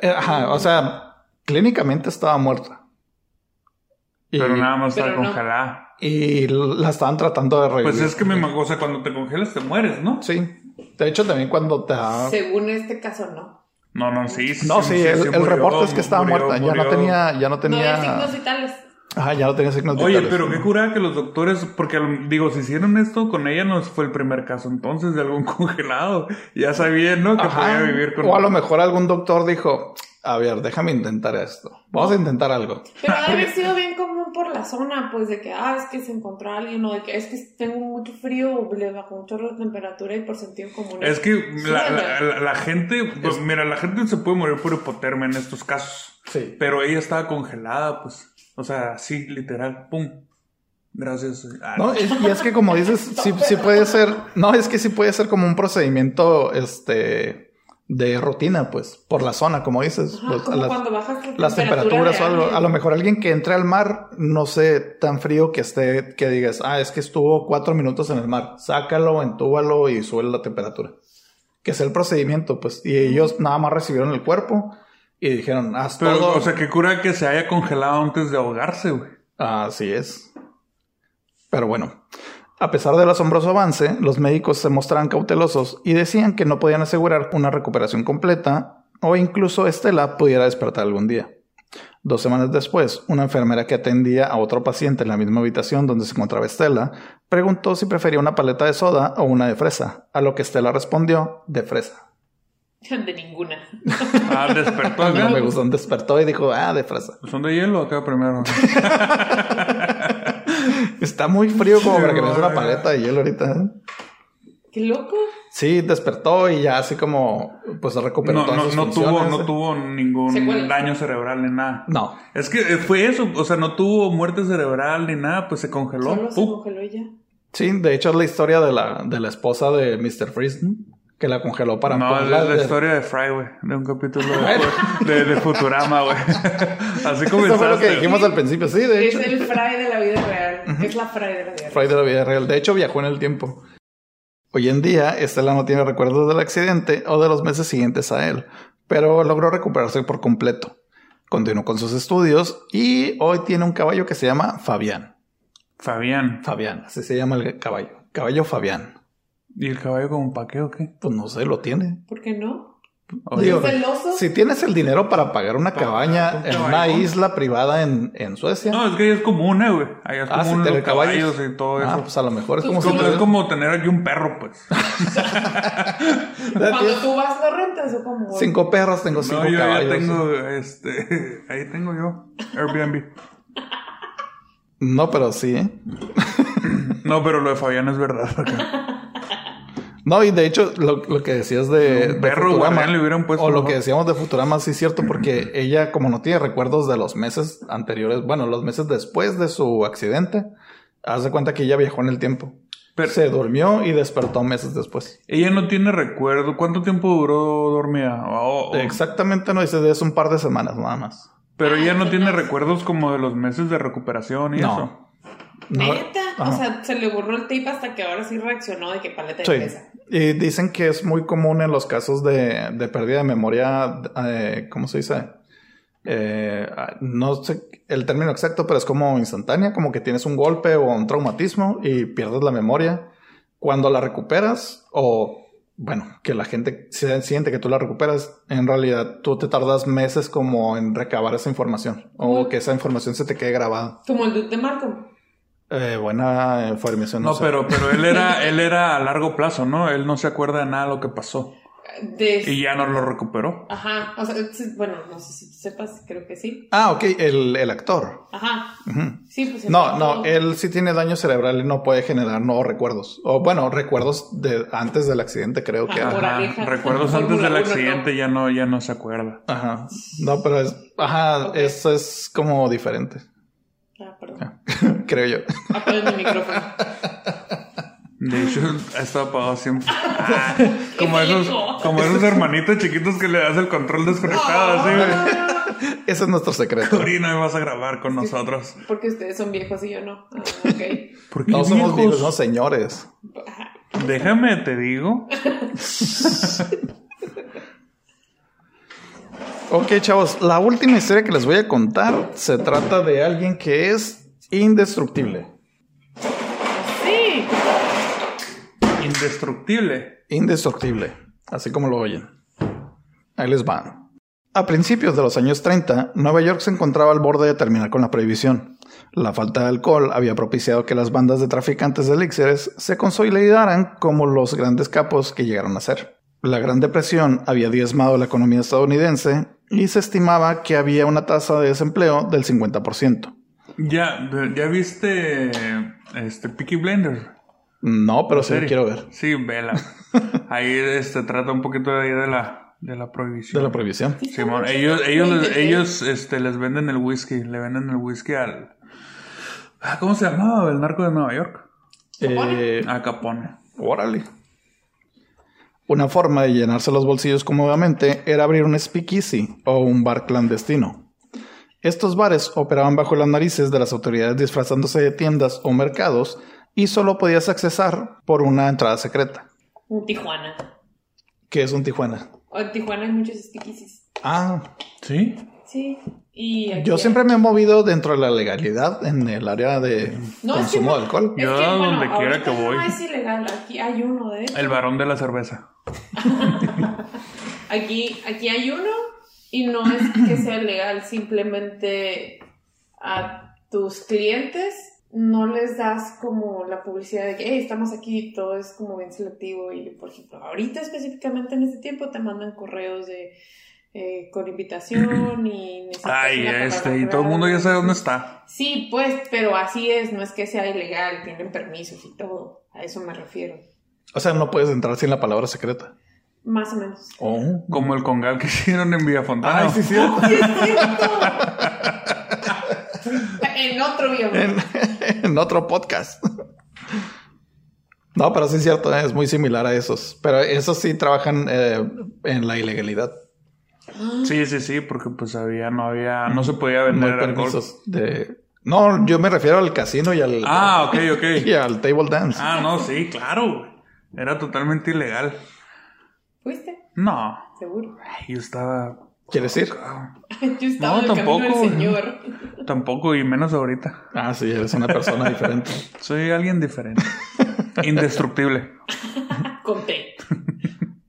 Speaker 1: Eh, Ajá, o sea, clínicamente estaba muerta. Y,
Speaker 2: Pero nada más estaba
Speaker 3: Pero no.
Speaker 2: congelada.
Speaker 1: y la estaban tratando de revivir.
Speaker 2: Pues es que me imagino, o sea, cuando te congelas te mueres, ¿no?
Speaker 1: Sí. De hecho, también cuando te... da-
Speaker 3: Según este caso, no.
Speaker 2: No, no, sí. sí
Speaker 1: No, sí, el, el
Speaker 2: murió,
Speaker 1: reporte es que estaba
Speaker 2: murió,
Speaker 1: muerta. Ya no
Speaker 2: murió.
Speaker 1: tenía... Ya no
Speaker 3: No había
Speaker 1: tenía...
Speaker 3: signos vitales.
Speaker 1: Ajá, ya no tenía signos
Speaker 2: Oye,
Speaker 1: vitales.
Speaker 2: pero qué curada que los doctores, porque al- digo, si hicieron esto con ella, no fue el primer caso entonces de algún [laughs] congelado. Ya sabían, ¿no? Que
Speaker 1: Ajá.
Speaker 2: podía vivir con.
Speaker 1: O a lo mejor algún doctor dijo... A ver, déjame intentar esto. Vamos a intentar algo.
Speaker 3: Pero ha de haber sido bien común por la zona, pues de que, ah, es que se encontró alguien o de que es que tengo mucho frío o le bajó mucho la temperatura y por sentido común.
Speaker 2: Es que la, la-
Speaker 3: Súbele.
Speaker 2: la- la gente, pues, mira, la gente se puede morir por hipotermia en estos casos.
Speaker 1: Sí.
Speaker 2: Pero ella estaba congelada, pues. O sea, así, literal, pum. Gracias. Ah,
Speaker 1: No, es- y es que como dices,
Speaker 3: [laughs]
Speaker 1: sí, sí puede ser, no, es que sí puede ser como un procedimiento este de rutina, pues, por la zona, como dices,
Speaker 3: Ajá,
Speaker 1: pues,
Speaker 3: como
Speaker 1: las,
Speaker 3: cuando bajas la
Speaker 1: las
Speaker 3: temperatura
Speaker 1: temperaturas
Speaker 3: de
Speaker 1: o algo.
Speaker 3: alguien.
Speaker 1: A lo mejor alguien que entre al mar, no sé, tan frío que esté, que digas, ah, es que estuvo cuatro minutos en el mar, sácalo, entúbalo y sube la temperatura. Que es el procedimiento, pues, y ellos nada más recibieron el cuerpo y dijeron, haz
Speaker 2: Pero,
Speaker 1: todo.
Speaker 2: o sea, qué cura que se haya congelado antes de ahogarse, güey.
Speaker 1: Así es. Pero bueno, a pesar del asombroso avance, los médicos se mostraban cautelosos y decían que no podían asegurar una recuperación completa o incluso Estela pudiera despertar algún día. Dos semanas después, una enfermera que atendía a otro paciente en la misma habitación donde se encontraba Estela preguntó si prefería una paleta de soda o una de fresa, a lo que Estela respondió de fresa.
Speaker 3: De ninguna.
Speaker 2: Ah, despertó
Speaker 1: [laughs]
Speaker 2: acá.
Speaker 1: No me gustó, despertó y dijo, ah, de fresa.
Speaker 2: ¿Son de hielo acá primero?
Speaker 1: Está muy frío como
Speaker 2: Sí,
Speaker 1: para que me des una
Speaker 2: güey.
Speaker 1: paleta de hielo ahorita. ¿eh?
Speaker 3: Qué loco.
Speaker 1: Sí, despertó y ya así como pues recuperó
Speaker 2: no,
Speaker 1: todas
Speaker 2: no,
Speaker 1: sus
Speaker 2: no tuvo,
Speaker 1: funciones. eh,
Speaker 2: no tuvo ningún
Speaker 3: Secuelas.
Speaker 2: daño cerebral ni nada.
Speaker 1: No.
Speaker 2: Es que eh, fue eso, o sea, no tuvo muerte cerebral ni nada, pues se congeló.
Speaker 3: Solo se
Speaker 2: ¡pum!
Speaker 3: congeló y ya.
Speaker 1: Sí, de hecho es la historia de la, de la esposa de Mr. Freeze ¿no? que la congeló para
Speaker 2: no, es
Speaker 1: ponerla
Speaker 2: la,
Speaker 1: de-
Speaker 2: historia de Fry, güey, de un capítulo de, de, de
Speaker 1: [laughs]
Speaker 2: Futurama, güey. Así
Speaker 1: Eso fue lo que
Speaker 2: comenzaste.
Speaker 1: dijimos al principio, sí, de
Speaker 3: Es
Speaker 1: hecho.
Speaker 3: el fray de la vida real. Es la fray de la vida real.
Speaker 1: Fray de la vida real. De hecho, viajó en el tiempo. Hoy en día, Estela no tiene recuerdos del accidente o de los meses siguientes a él, pero logró recuperarse por completo. Continuó con sus estudios y hoy tiene un caballo que se llama Fabián.
Speaker 2: Fabián.
Speaker 1: Fabián, así se llama el caballo. Caballo Fabián.
Speaker 2: ¿Y el caballo como pa' qué o qué?
Speaker 1: Pues no sé, lo tiene.
Speaker 3: ¿Por qué no?
Speaker 2: Oye,
Speaker 1: Digo,
Speaker 3: ¿Es celoso?
Speaker 1: Si tienes el dinero para pagar una
Speaker 2: Para-
Speaker 1: cabaña
Speaker 2: un
Speaker 1: en una
Speaker 2: caballo.
Speaker 1: isla privada en, en Suecia,
Speaker 2: No, es que ahí es común, eh, güey. Ahí es
Speaker 1: Ah,
Speaker 2: común
Speaker 1: ¿sí,
Speaker 2: los
Speaker 1: telecaballos?
Speaker 2: caballos y todo
Speaker 1: ah,
Speaker 2: eso.
Speaker 1: pues a lo mejor es
Speaker 3: Tú-
Speaker 1: como
Speaker 2: Es
Speaker 1: si
Speaker 2: como- es
Speaker 1: tuvieras-
Speaker 2: como tener aquí un perro, pues.
Speaker 3: Cuando tú vas, lo rentas o como.
Speaker 1: cinco perros, tengo cinco
Speaker 2: No, yo ya
Speaker 1: caballos. ¿eh?
Speaker 2: tengo, este, [laughs] ahí tengo yo, Airbnb.
Speaker 1: No, pero sí. ¿eh?
Speaker 2: No, pero lo de Fabián es verdad. acá.
Speaker 1: No, y de hecho, lo, lo que decías de, de
Speaker 2: perro pues, guardián le hubieran puesto,
Speaker 1: o lo
Speaker 2: ¿no?
Speaker 1: que decíamos de Futurama, sí es cierto, porque ella, como no tiene recuerdos de los meses anteriores, bueno, los meses después de su accidente, haz de cuenta que ella viajó en el tiempo.
Speaker 2: Pero-
Speaker 1: Se durmió y despertó meses después.
Speaker 2: Ella no tiene recuerdo. ¿Cuánto tiempo duró dormida? O- o-
Speaker 1: Exactamente, no dice, es un par de semanas nada más.
Speaker 2: Pero ella no tiene recuerdos como de los meses de recuperación y
Speaker 1: No.
Speaker 2: eso.
Speaker 3: ¿Eh?
Speaker 1: No-
Speaker 3: Neta.
Speaker 1: Ajá.
Speaker 3: O sea, se le borró el tape hasta que ahora sí reaccionó de que paleta de
Speaker 1: Sí.
Speaker 3: fresa.
Speaker 1: Y dicen que es muy común en los casos de, de pérdida de memoria, eh, ¿cómo se dice? Eh, ah, no sé el término exacto, pero es como instantánea, como que tienes un golpe o un traumatismo y pierdes la memoria. Cuando la recuperas o bueno, que la gente se siente que tú la recuperas, en realidad tú te tardas meses como en recabar esa información o
Speaker 3: Bueno.
Speaker 1: que esa información se te quede grabada.
Speaker 3: Como el dude de Marco.
Speaker 1: Eh, buena información.
Speaker 2: No,
Speaker 1: sé.
Speaker 2: pero, pero él era,
Speaker 1: [laughs]
Speaker 2: él era a largo plazo, ¿no? Él no se acuerda de nada de lo que pasó.
Speaker 3: De...
Speaker 2: Y ya no lo recuperó.
Speaker 3: Ajá, o sea, es- bueno, no sé si tú sepas, creo que sí.
Speaker 1: Ah, ok, el, el actor.
Speaker 3: Ajá,
Speaker 1: Ujú.
Speaker 3: sí, pues...
Speaker 1: No, no,
Speaker 3: entonces-
Speaker 1: él sí tiene daño cerebral y no puede generar nuevos recuerdos. O bueno, recuerdos de antes del accidente, creo que.
Speaker 3: Ah,
Speaker 1: era.
Speaker 3: Por
Speaker 2: Ajá.
Speaker 3: abejas.
Speaker 2: Recuerdos
Speaker 3: Fórmula
Speaker 2: antes del
Speaker 3: uno,
Speaker 2: accidente ya no, ya no se acuerda.
Speaker 1: Ajá. No, pero es. Ajá,
Speaker 3: Ok.
Speaker 1: eso es como diferente,
Speaker 3: Ah, perdón.
Speaker 1: creo yo. [laughs]
Speaker 3: Apague mi micrófono. [laughs]
Speaker 2: De hecho, [laughs] ha estado apagado siempre. Ah, como,
Speaker 3: Qué
Speaker 2: esos,
Speaker 3: rico.
Speaker 2: como esos hermanitos chiquitos que le das el control desconectado, así, güey.
Speaker 1: Ese es nuestro secreto.
Speaker 2: [laughs] Corina, hoy vas a grabar con nosotros.
Speaker 3: Porque ustedes son viejos y yo no. Ah, ok.
Speaker 2: Porque
Speaker 1: No somos viejos, no señores.
Speaker 3: Ajá.
Speaker 2: Déjame, te digo.
Speaker 1: Ok, chavos, la última historia que les voy a contar se trata de alguien que es indestructible.
Speaker 3: Sí.
Speaker 2: Indestructible.
Speaker 1: Indestructible, así como lo oyen. Ahí les va. A principios de los años 30, Nueva York se encontraba al borde de terminar con la prohibición. La falta de alcohol había propiciado que las bandas de traficantes de elixires se consolidaran como los grandes capos que llegaron a ser. La Gran Depresión había diezmado la economía estadounidense y se estimaba que había una tasa de desempleo del 50%.
Speaker 2: Ya, ya viste este Peaky Blender.
Speaker 1: No, pero sí lo
Speaker 2: serie?
Speaker 1: quiero ver.
Speaker 2: Sí, vela.
Speaker 1: [laughs]
Speaker 2: Ahí este trata un poquito de ahí de la, de la
Speaker 1: De
Speaker 2: prohibición.
Speaker 1: la prohibición.
Speaker 2: Simón, ellos, ellos, les-
Speaker 3: Veinte,
Speaker 2: ellos este, les venden el whisky, le venden el whisky al. Ah, ¿Cómo se llamaba? El narco de Nueva York.
Speaker 1: Eh,
Speaker 2: A Capone.
Speaker 1: Órale. Una forma de llenarse los bolsillos cómodamente era abrir un speakeasy o un bar clandestino. Estos bares operaban bajo las narices de las autoridades disfrazándose de tiendas o mercados y solo podías accesar por una entrada secreta,
Speaker 3: Un Tijuana.
Speaker 1: que es un Tijuana.
Speaker 3: O en Tijuana hay muchos stickies.
Speaker 1: Ah,
Speaker 2: ¿Sí?
Speaker 3: Sí. Y aquí
Speaker 1: yo
Speaker 3: hay-
Speaker 1: siempre me he movido dentro de la legalidad en el área de
Speaker 3: No, es que
Speaker 1: consumo
Speaker 3: no-
Speaker 1: de alcohol.
Speaker 3: Es
Speaker 2: Yo a donde quiera
Speaker 3: ahorita
Speaker 2: que voy.
Speaker 3: No es ilegal. Aquí hay uno de hecho.
Speaker 2: El varón de la cerveza.
Speaker 3: Aquí, aquí hay uno y no es que sea legal, simplemente a tus clientes no les das como la publicidad de que "Hey, estamos aquí, todo es como bien selectivo y por ejemplo, ahorita específicamente en este tiempo te mandan correos de eh, con invitación y necesitas
Speaker 2: Ay,
Speaker 3: una palabra
Speaker 2: este, y todo el
Speaker 3: clave".
Speaker 2: mundo ya sabe dónde está.
Speaker 3: Sí, pues, pero así es, no es que sea ilegal, tienen permisos y todo, a eso me refiero,
Speaker 1: O sea, no puedes entrar sin la palabra secreta.
Speaker 3: más o menos.
Speaker 1: Oh.
Speaker 2: Como el congal que [laughs] hicieron en Villafontana.
Speaker 1: Ay, sí, cierto.
Speaker 3: En otro bioma.
Speaker 1: en, [laughs] en otro podcast. No, pero sí es cierto, es muy similar a esos. Pero esos sí trabajan eh, en la ilegalidad.
Speaker 2: sí, sí, sí, porque pues había, no había, no se podía
Speaker 1: No hay
Speaker 2: vender alcohol.
Speaker 1: permisos de... No, yo me refiero al casino y al,
Speaker 2: Ah, ok,
Speaker 1: [laughs] y
Speaker 2: ok.
Speaker 1: al table dance.
Speaker 2: Ah, no, sí, claro. güey. Era totalmente ilegal.
Speaker 3: ¿Fuiste?
Speaker 2: No.
Speaker 3: Seguro.
Speaker 2: Ay, Yo estaba.
Speaker 1: ¿Quieres ir?
Speaker 3: [laughs] Yo estaba
Speaker 2: No,
Speaker 3: en el
Speaker 2: tampoco.
Speaker 3: camino del señor.
Speaker 2: Tampoco, y menos ahorita.
Speaker 1: Ah, sí, eres una persona diferente. [laughs]
Speaker 2: Soy alguien diferente. Indestructible.
Speaker 3: Conté.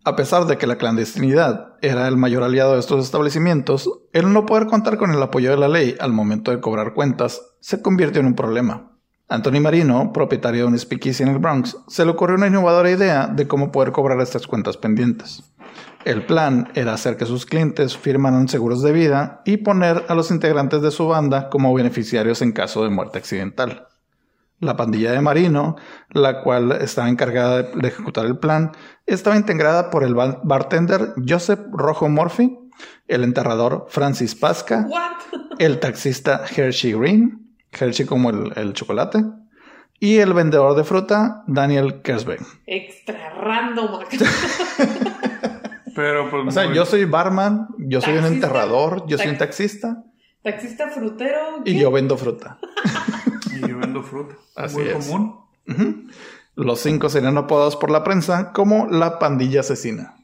Speaker 1: A pesar de que la clandestinidad era el mayor aliado de estos establecimientos, el no poder contar con el apoyo de la ley al momento de cobrar cuentas se convirtió en un problema. Anthony Marino, propietario de un speakeasy en el Bronx, se le ocurrió una innovadora idea de cómo poder cobrar estas cuentas pendientes. El plan era hacer que sus clientes firmaran seguros de vida y poner a los integrantes de su banda como beneficiarios en caso de muerte accidental. La pandilla de Marino, la cual estaba encargada de, de ejecutar el plan, estaba integrada por el ba- bartender Joseph Rojo Murphy, el enterrador Francis Pasca,
Speaker 3: ¿What?
Speaker 1: el taxista Hershey Green, Hershey como el, el chocolate, y el vendedor de fruta Daniel Kersbeck.
Speaker 3: Extra random. [laughs] acá.
Speaker 2: Pero pues.
Speaker 1: O sea,
Speaker 2: muy-
Speaker 1: yo soy barman, yo soy un
Speaker 3: Taxista.
Speaker 1: enterrador, yo soy un
Speaker 3: Tax-
Speaker 1: taxista
Speaker 3: Taxista frutero.
Speaker 1: y
Speaker 3: ¿qué?
Speaker 1: yo vendo fruta.
Speaker 2: y yo vendo fruta.
Speaker 1: Así
Speaker 2: muy
Speaker 1: es.
Speaker 2: común.
Speaker 1: Ujú. Los cinco serían apodados por la prensa como la pandilla asesina.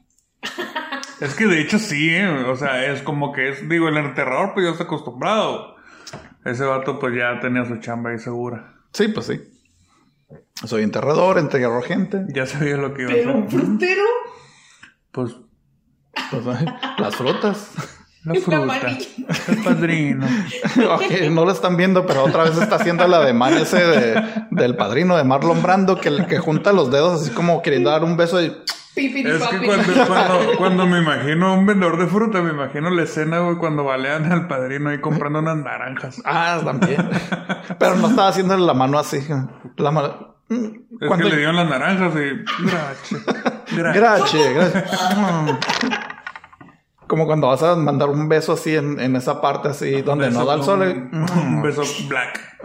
Speaker 2: Es que de hecho sí, ¿eh? o sea, es como que es, digo, el enterrador, pues ya está acostumbrado. Ese vato, pues ya tenía su chamba ahí segura.
Speaker 1: Sí, pues sí. Soy enterrador, enterrador gente.
Speaker 2: Ya sabía lo que iba a
Speaker 3: Pero
Speaker 2: hacer.
Speaker 3: un frutero.
Speaker 2: Pues
Speaker 1: Pues, ay, las frutas. [laughs]
Speaker 2: la
Speaker 3: La
Speaker 2: fruta.
Speaker 3: manilla.
Speaker 2: El padrino.
Speaker 1: Ok, no lo están viendo, pero otra vez está haciendo el ademán ese de- del padrino de Marlon Brando que, que junta los dedos así como queriendo dar un beso y
Speaker 3: Pipiri
Speaker 2: Es que
Speaker 3: papi.
Speaker 2: cuando, cuando, cuando me imagino a un vendedor de fruta, me imagino la escena, güey, cuando balean al padrino ahí comprando unas naranjas.
Speaker 1: Ah, también. Pero no estaba haciéndole la mano así. La mano. mm,
Speaker 2: Es
Speaker 1: Cuando-
Speaker 2: que le dieron las naranjas y. [laughs] Grache. Grache.
Speaker 1: [laughs] Gracias, gracias. Como cuando vas a mandar un beso así en, en esa parte así donde
Speaker 2: Beso
Speaker 1: no da el
Speaker 2: con
Speaker 1: sol.
Speaker 2: Un,
Speaker 1: eh.
Speaker 2: un beso black.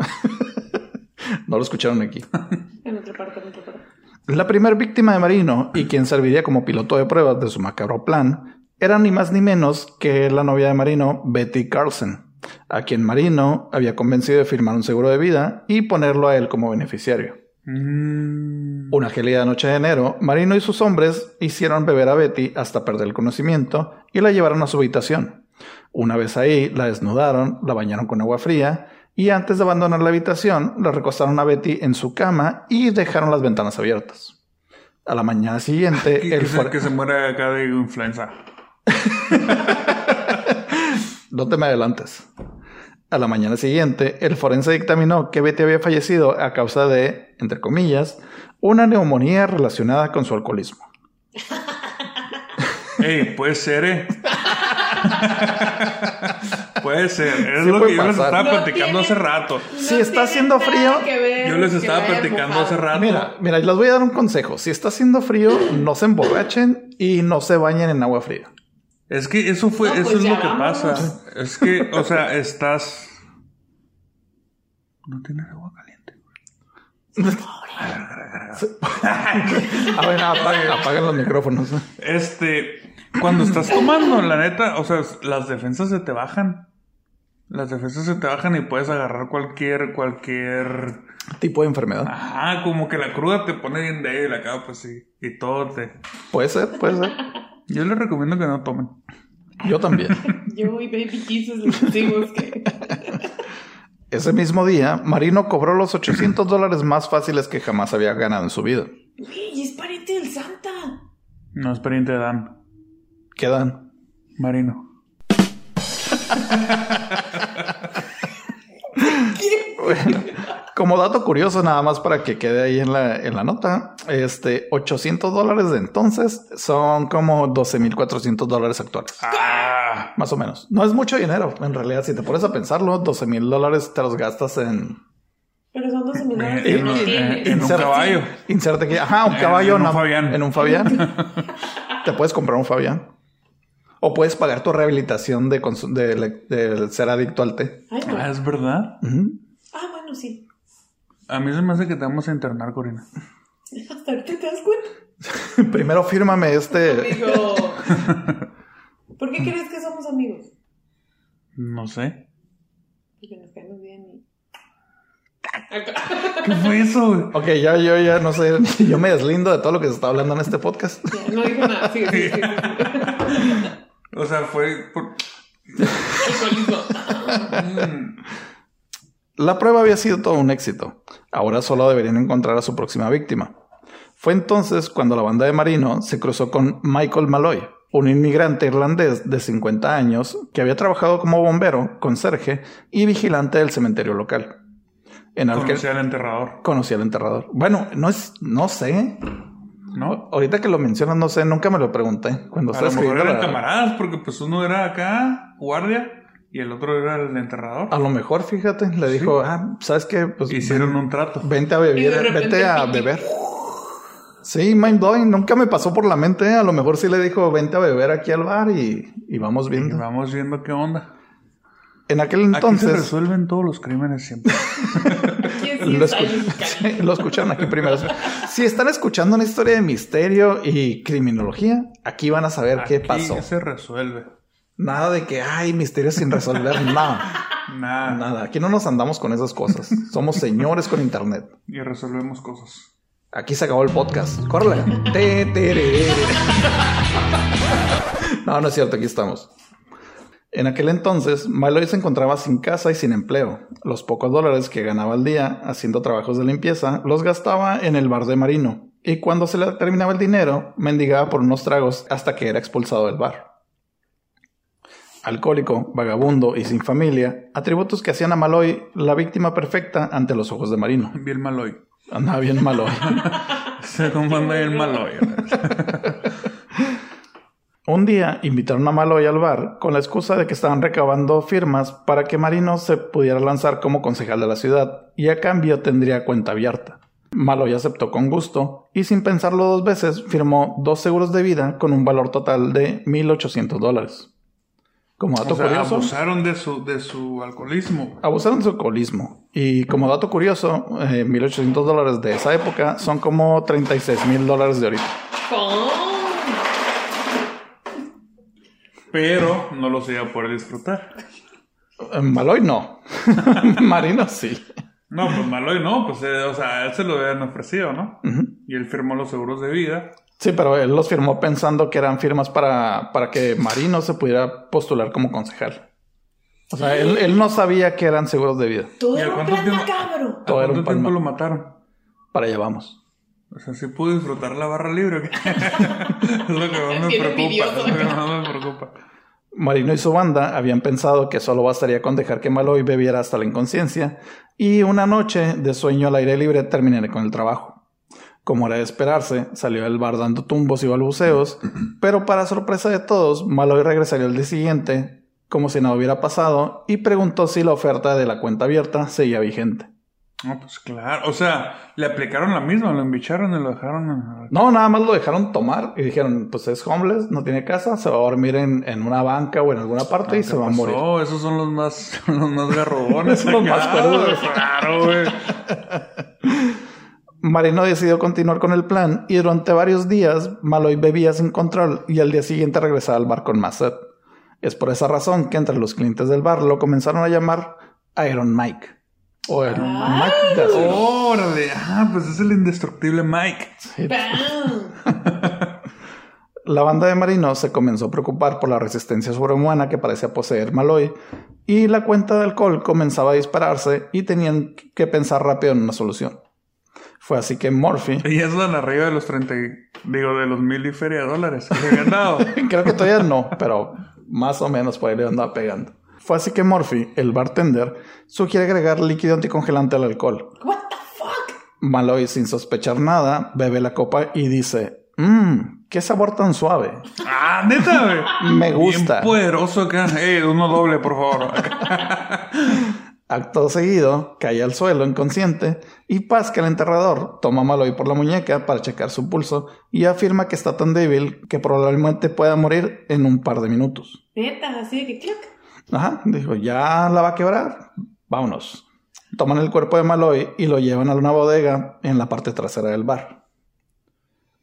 Speaker 1: No lo escucharon aquí.
Speaker 3: [laughs] En otra parte, en otra parte.
Speaker 1: La primer víctima de Marino y quien serviría como piloto de pruebas de su macabro plan era ni más ni menos que la novia de Marino, Betty Carlson, a quien Marino había convencido de firmar un seguro de vida y ponerlo a él como beneficiario.
Speaker 2: Mm.
Speaker 1: Una gélida noche de enero, Marino y sus hombres hicieron beber a Betty hasta perder el conocimiento y la llevaron a su habitación. Una vez ahí, la desnudaron, la bañaron con agua fría y antes de abandonar la habitación, la recostaron a Betty en su cama y dejaron las ventanas abiertas. A la mañana siguiente,
Speaker 2: Que, que
Speaker 1: el
Speaker 2: se,
Speaker 1: fuer-
Speaker 2: que se muera acá de influenza.
Speaker 1: No te me adelantes. A la mañana siguiente, el forense dictaminó que Betty había fallecido a causa de, entre comillas, una neumonía relacionada con su alcoholismo.
Speaker 2: Ey, puede
Speaker 1: [laughs]
Speaker 2: ser, eh. puede ser. Es
Speaker 1: Sí
Speaker 2: lo
Speaker 1: puede
Speaker 2: que yo les
Speaker 1: pasar.
Speaker 2: estaba
Speaker 3: No
Speaker 2: platicando
Speaker 3: tiene-
Speaker 2: hace rato.
Speaker 1: Si
Speaker 3: No
Speaker 1: está
Speaker 3: tiene
Speaker 1: haciendo
Speaker 3: nada
Speaker 1: frío,
Speaker 3: que ver
Speaker 2: Yo les
Speaker 3: que
Speaker 2: estaba
Speaker 3: vayan
Speaker 2: platicando hace
Speaker 3: mojados.
Speaker 2: rato.
Speaker 1: Mira, mira, les voy a dar un consejo. Si está haciendo frío, no se emborrachen y no se bañen en agua fría. [laughs]
Speaker 2: Es que eso fue,
Speaker 3: No,
Speaker 2: eso
Speaker 3: pues
Speaker 2: es
Speaker 3: ya
Speaker 2: lo que
Speaker 3: vámonos.
Speaker 2: pasa. Es que, o
Speaker 3: [laughs]
Speaker 2: sea, estás. No tienes agua caliente.
Speaker 1: A ver, apaga- apaguen los micrófonos.
Speaker 2: Este, cuando estás tomando, la neta, o sea, las defensas se te bajan. Las defensas se te bajan y puedes agarrar cualquier, cualquier.
Speaker 1: Tipo de enfermedad.
Speaker 2: Ajá, como que la cruda te pone bien débil acá, pues sí. Y todo te.
Speaker 1: Puede ser, puede ser.
Speaker 2: Yo les recomiendo que no tomen.
Speaker 1: Yo también.
Speaker 3: Yo y Baby Jesus les decimos que.
Speaker 1: Ese mismo día, Marino cobró los 800 dólares más fáciles que jamás había ganado en su vida.
Speaker 3: Güey, y es pariente del Santa.
Speaker 2: No es pariente de Dan,
Speaker 1: Quedan.
Speaker 2: Marino.
Speaker 1: Bueno, como dato curioso, nada más para que quede ahí en la, en la nota, este 800 dólares de entonces son como 12.400 dólares actuales.
Speaker 2: ¡Ah!
Speaker 1: Más o menos. No es mucho dinero, en realidad. Si te pones a pensarlo, 12 mil dólares te los gastas en...
Speaker 3: Pero son 12 millones
Speaker 2: Eh,
Speaker 3: que no
Speaker 2: eh, eh,
Speaker 3: tienes.
Speaker 2: en un caballo.
Speaker 1: Inserte que... Ajá, un
Speaker 2: En-
Speaker 1: caballo.
Speaker 2: en un
Speaker 1: no-
Speaker 2: Fabián.
Speaker 1: En un
Speaker 2: [laughs]
Speaker 1: Fabián. te puedes comprar un Fabián. O puedes pagar tu rehabilitación de, consu- de, de ser adicto al té.
Speaker 3: Ay, no.
Speaker 2: Ah, es verdad.
Speaker 1: Ujú.
Speaker 3: Ah, bueno, sí. [laughs]
Speaker 2: A mí se me hace que te vamos a internar, Corina.
Speaker 3: Hasta ahorita te das cuenta.
Speaker 1: Primero fírmame este...
Speaker 2: [laughs]
Speaker 3: Amigo. ¿Por qué crees que somos amigos?
Speaker 2: No sé.
Speaker 3: Porque nos caemos bien y.
Speaker 2: ¿Qué fue eso, güey?
Speaker 1: Ok, ya yo ya no sé, yo me deslindo de todo lo que se está hablando en este podcast.
Speaker 3: Ya, no dije nada. Sí, sí, sí. sí.
Speaker 2: O sea, fue por.
Speaker 3: Alcoholismo.
Speaker 1: [laughs]
Speaker 2: Mm.
Speaker 1: La prueba había sido todo un éxito. Ahora solo deberían encontrar a su próxima víctima. Fue entonces cuando la banda de Marino se cruzó con Michael Malloy, un inmigrante irlandés de 50 años que había trabajado como bombero, conserje y vigilante del cementerio local. En Alque-
Speaker 2: Conocí al enterrador,
Speaker 1: conocí al enterrador. Bueno, no es, no sé.
Speaker 2: ¿no?
Speaker 1: Ahorita que lo mencionas, no sé, nunca me lo pregunté. Cuando
Speaker 2: A lo
Speaker 1: estaba
Speaker 2: mejor
Speaker 1: escribiendo
Speaker 2: eran
Speaker 1: la-
Speaker 2: camaradas, porque pues uno era acá, guardia, y el otro era el enterrador.
Speaker 1: A lo mejor, fíjate, le dijo, ah, ¿sabes qué? Ah, Pues
Speaker 2: Hicieron un trato.
Speaker 1: Vente a
Speaker 3: Y de
Speaker 1: beber, eh,
Speaker 3: repente
Speaker 1: vete a
Speaker 3: piqui.
Speaker 1: beber. Sí, mind blowing, nunca me pasó por la mente. ¿eh? A lo mejor sí le dijo, vente a beber aquí al bar y, y vamos
Speaker 2: Y
Speaker 1: viendo.
Speaker 2: vamos viendo qué onda.
Speaker 1: En aquel
Speaker 2: Aquí se
Speaker 1: entonces,
Speaker 2: resuelven todos los crímenes siempre.
Speaker 3: Aquí es
Speaker 1: lo, [laughs]
Speaker 3: 10 años,
Speaker 1: escu-
Speaker 3: cariño.
Speaker 1: sí, lo escucharon aquí primero. si están escuchando una historia de misterio y criminología, aquí van a saber qué
Speaker 2: Aquí
Speaker 1: pasó.
Speaker 2: se resuelve.
Speaker 1: Nada de que hay misterios sin resolver,
Speaker 2: [laughs]
Speaker 1: nada.
Speaker 2: Nada.
Speaker 1: Nada, aquí no nos andamos con esas cosas. Somos señores con internet.
Speaker 2: Y resolvemos cosas.
Speaker 1: Aquí se acabó el podcast. Córrele. Te, te, re, re, re. No, no es cierto, aquí estamos. En aquel entonces, Malloy se encontraba sin casa y sin empleo. Los pocos dólares que ganaba al día haciendo trabajos de limpieza los gastaba en el bar de Marino, Y cuando se le terminaba el dinero, mendigaba por unos tragos hasta que era expulsado del bar. Alcohólico, vagabundo y sin familia, atributos que hacían a Maloy la víctima perfecta ante los ojos de Marino.
Speaker 2: Bien mal [laughs] hoy.
Speaker 1: Andaba bien Maloy.
Speaker 2: Se confunde el mal hoy.
Speaker 1: Un día invitaron a Maloy al bar con la excusa de que estaban recabando firmas para que Marino se pudiera lanzar como concejal de la ciudad y a cambio tendría cuenta abierta. Maloy aceptó con gusto y sin pensarlo dos veces firmó dos seguros de vida con un valor total de 1.800 dólares. Como dato
Speaker 2: O sea,
Speaker 1: curioso,
Speaker 2: abusaron de su, de su alcoholismo.
Speaker 1: abusaron de su alcoholismo. Y como dato curioso, eh, 1.800 dólares de esa época son como 36.000 dólares de ahorita.
Speaker 3: ¿Cómo?
Speaker 2: Pero no los iba a poder disfrutar.
Speaker 1: Eh, Maloy no. [laughs] Marino sí.
Speaker 2: No, pues malo y no, pues, eh, o sea, a él se lo habían ofrecido, ¿no?
Speaker 1: Ujú.
Speaker 2: Y él firmó los seguros de vida.
Speaker 1: Sí, pero él los firmó pensando que eran firmas para, para que Marino se pudiera postular como concejal. O sea, él, él no sabía que eran seguros de vida.
Speaker 3: Todo
Speaker 2: ¿Y a
Speaker 3: era un
Speaker 2: cuánto
Speaker 3: plan
Speaker 2: tiempo-
Speaker 3: macabro.
Speaker 2: ¿A
Speaker 1: Todo era
Speaker 2: cuánto
Speaker 1: un
Speaker 2: tiempo
Speaker 1: palma.
Speaker 2: lo mataron?
Speaker 1: Para allá vamos.
Speaker 2: O sea, sí pudo disfrutar la barra libre. ¿o qué? [laughs] es lo que más me
Speaker 3: Bien
Speaker 2: preocupa.
Speaker 3: envidioso.
Speaker 2: Es lo que más me preocupa.
Speaker 1: Marino y su banda habían pensado que solo bastaría con dejar que Maloy bebiera hasta la inconsciencia y una noche de sueño al aire libre terminaré con el trabajo. Como era de esperarse, salió del bar dando tumbos y
Speaker 2: [clears throat]
Speaker 1: balbuceos, pero para sorpresa de todos, Maloy regresaría al día siguiente, como si nada hubiera pasado, y preguntó si la oferta de la cuenta abierta seguía vigente.
Speaker 2: No, pues claro. O sea, le aplicaron la misma, lo embicharon y lo dejaron. en-
Speaker 1: No, nada más lo dejaron tomar y dijeron, pues es homeless, no tiene casa, se va a dormir en, en una banca o en alguna parte y
Speaker 2: Ah, ¿Qué
Speaker 1: se va a morir.
Speaker 2: pasó? Oh, Esos son los más, [laughs] son los más garrobones.
Speaker 1: Son los
Speaker 2: acá,
Speaker 1: más cuerdos.
Speaker 2: Claro, güey.
Speaker 1: Marino decidió continuar con el plan y durante varios días Maloy bebía sin control y al día siguiente regresaba al bar con más sed. Es por esa razón que entre los clientes del bar lo comenzaron a llamar Iron Mike. O el
Speaker 3: Ah.
Speaker 1: Mike de acero.
Speaker 2: Órale. Ah, pues es el indestructible Mike.
Speaker 1: Sí.
Speaker 3: ¡Bam!
Speaker 1: La banda de Marino se comenzó a preocupar por la resistencia sobrehumana que parecía poseer Maloy y la cuenta de alcohol comenzaba a dispararse y tenían que pensar rápido en una solución. Fue así que Murphy,
Speaker 2: Y es tan arriba de los 30, y- digo, de los mil y feria de dólares que había ganado.
Speaker 1: [laughs] creo que todavía no, pero más o menos por ahí le andaba pegando. Fue así que Murphy, el bartender, sugiere agregar líquido anticongelante al alcohol.
Speaker 3: What the fuck?
Speaker 1: Maloy, sin sospechar nada, bebe la copa y dice, mmm, qué sabor tan suave.
Speaker 2: ah, neta, güey.
Speaker 1: Me gusta.
Speaker 2: Bien pues. poderoso acá. Ey, uno doble, por favor.
Speaker 1: Acto seguido, cae al suelo inconsciente y Pascal, el enterrador, toma a Maloy por la muñeca para checar su pulso y afirma que está tan débil que probablemente pueda morir en un par de minutos.
Speaker 3: Neta, así de que clac.
Speaker 1: Ajá, dijo, ya la va a quebrar, vámonos. Toman el cuerpo de Maloy y lo llevan a una bodega en la parte trasera del bar.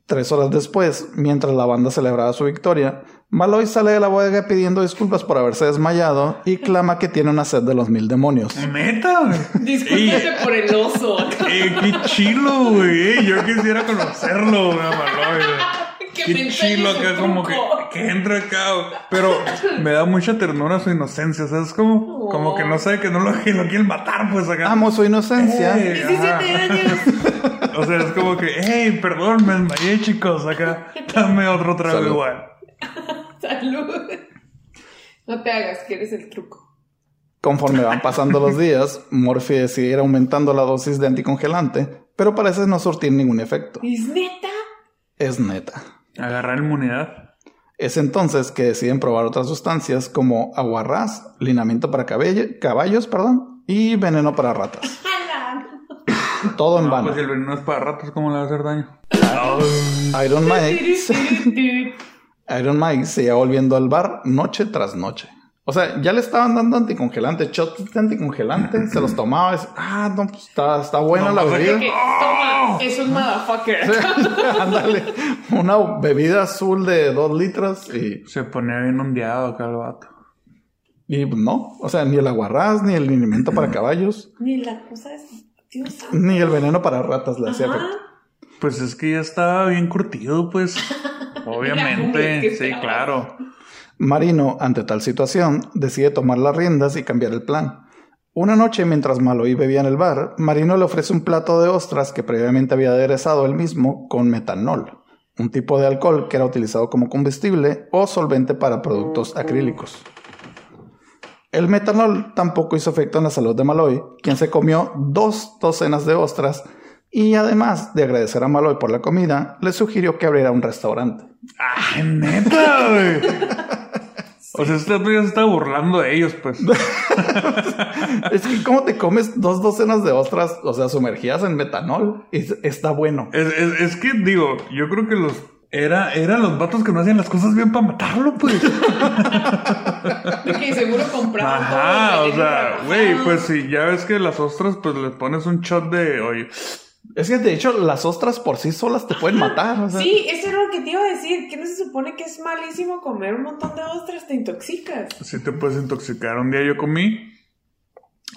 Speaker 1: Tres horas después, mientras la banda celebraba su victoria, Maloy sale de la bodega pidiendo disculpas por haberse desmayado y clama que tiene una sed de los mil demonios.
Speaker 2: Neta, güey.
Speaker 3: Discúlpete por el [laughs] oso.
Speaker 2: Ey, qué chilo, güey. Yo quisiera conocerlo, güey, a Maloy, güey.
Speaker 3: que me
Speaker 2: Qué chilo
Speaker 3: enseñes
Speaker 2: acá,
Speaker 3: un
Speaker 2: como que,
Speaker 3: truco.
Speaker 2: que entra acá. güey. Pero me da mucha ternura su inocencia, ¿sabes? Como, como que no sabe que no lo, que lo quieren matar, pues acá.
Speaker 1: Amo su inocencia.
Speaker 2: Eh,
Speaker 3: 17
Speaker 2: ajá. [laughs]
Speaker 3: años.
Speaker 2: O sea, es como que, hey, perdón, me desmayé, chicos, acá. Dame otro trago
Speaker 1: Salud.
Speaker 2: igual.
Speaker 3: Salud. No te hagas, que eres el truco.
Speaker 1: Conforme van pasando los días, Morphy decide ir aumentando la dosis de anticongelante, pero parece no surtir ningún efecto.
Speaker 3: ¿Es neta?
Speaker 1: Es neta.
Speaker 2: Agarrar inmunidad.
Speaker 1: Es entonces que deciden probar otras sustancias como aguarrás, linamiento para cabello- caballos perdón, y veneno para ratas.
Speaker 3: ¡Hala!
Speaker 1: Todo en
Speaker 2: No,
Speaker 1: vano.
Speaker 2: pues si el veneno es para ratos, ¿cómo le va a hacer daño?
Speaker 1: Iron Mike,
Speaker 3: Tiri,
Speaker 1: Iron Mike se iba volviendo al bar noche tras noche. O sea, ya le estaban dando anticongelante, shots de anticongelante, se los tomaba. es, ah, no, pues está, está buena
Speaker 2: No,
Speaker 1: la
Speaker 2: pues, hay que- [laughs]
Speaker 1: bebida.
Speaker 3: Que,
Speaker 2: ¡Oh!
Speaker 3: toma, es un motherfucker.
Speaker 1: [laughs] Ándale, una bebida azul de dos litros y,
Speaker 2: Se pone bien ondeado acá el vato.
Speaker 1: y no, o sea, ni el aguarrás, ni el alimento para caballos,
Speaker 3: Ni la cosa es. Dios santo.
Speaker 1: ni el veneno para ratas le hacía efecto.
Speaker 3: Ajá.
Speaker 2: Pues es que ya estaba bien curtido, pues.
Speaker 3: Mira, hombre,
Speaker 2: Obviamente,
Speaker 3: qué
Speaker 2: sí,
Speaker 3: feo.
Speaker 2: claro.
Speaker 1: Marino, ante tal situación, decide tomar las riendas y cambiar el plan. Una noche, mientras Maloy bebía en el bar, Marino le ofrece un plato de ostras que previamente había aderezado él mismo con metanol, un tipo de alcohol que era utilizado como combustible o solvente para productos acrílicos. El metanol tampoco hizo efecto en la salud de Maloy, quien se comió dos docenas de ostras y además de agradecer a Maloy por la comida, le sugirió que abriera un restaurante.
Speaker 2: ¡Ay, neta, güey! O sea, este otro ya se está burlando de ellos, pues.
Speaker 1: Es que cómo te comes dos docenas de ostras, o sea, sumergidas en metanol, Es- está bueno.
Speaker 2: Es, es- es que, digo, yo creo que los... Era, eran los vatos que no hacían las cosas bien para matarlo, pues.
Speaker 3: [laughs] Que seguro compraron
Speaker 2: Ajá,
Speaker 3: todo el
Speaker 2: o sea,
Speaker 3: veneno
Speaker 2: güey,
Speaker 3: rebajado.
Speaker 2: pues si ya ves que las ostras, pues les pones un shot de... Oye,
Speaker 1: Es que de hecho las ostras por sí solas te pueden matar. o sea.
Speaker 3: Sí, eso era lo que te iba a decir. Que no se supone que es malísimo comer un montón de ostras, te intoxicas.
Speaker 2: si te puedes intoxicar. Un día yo comí,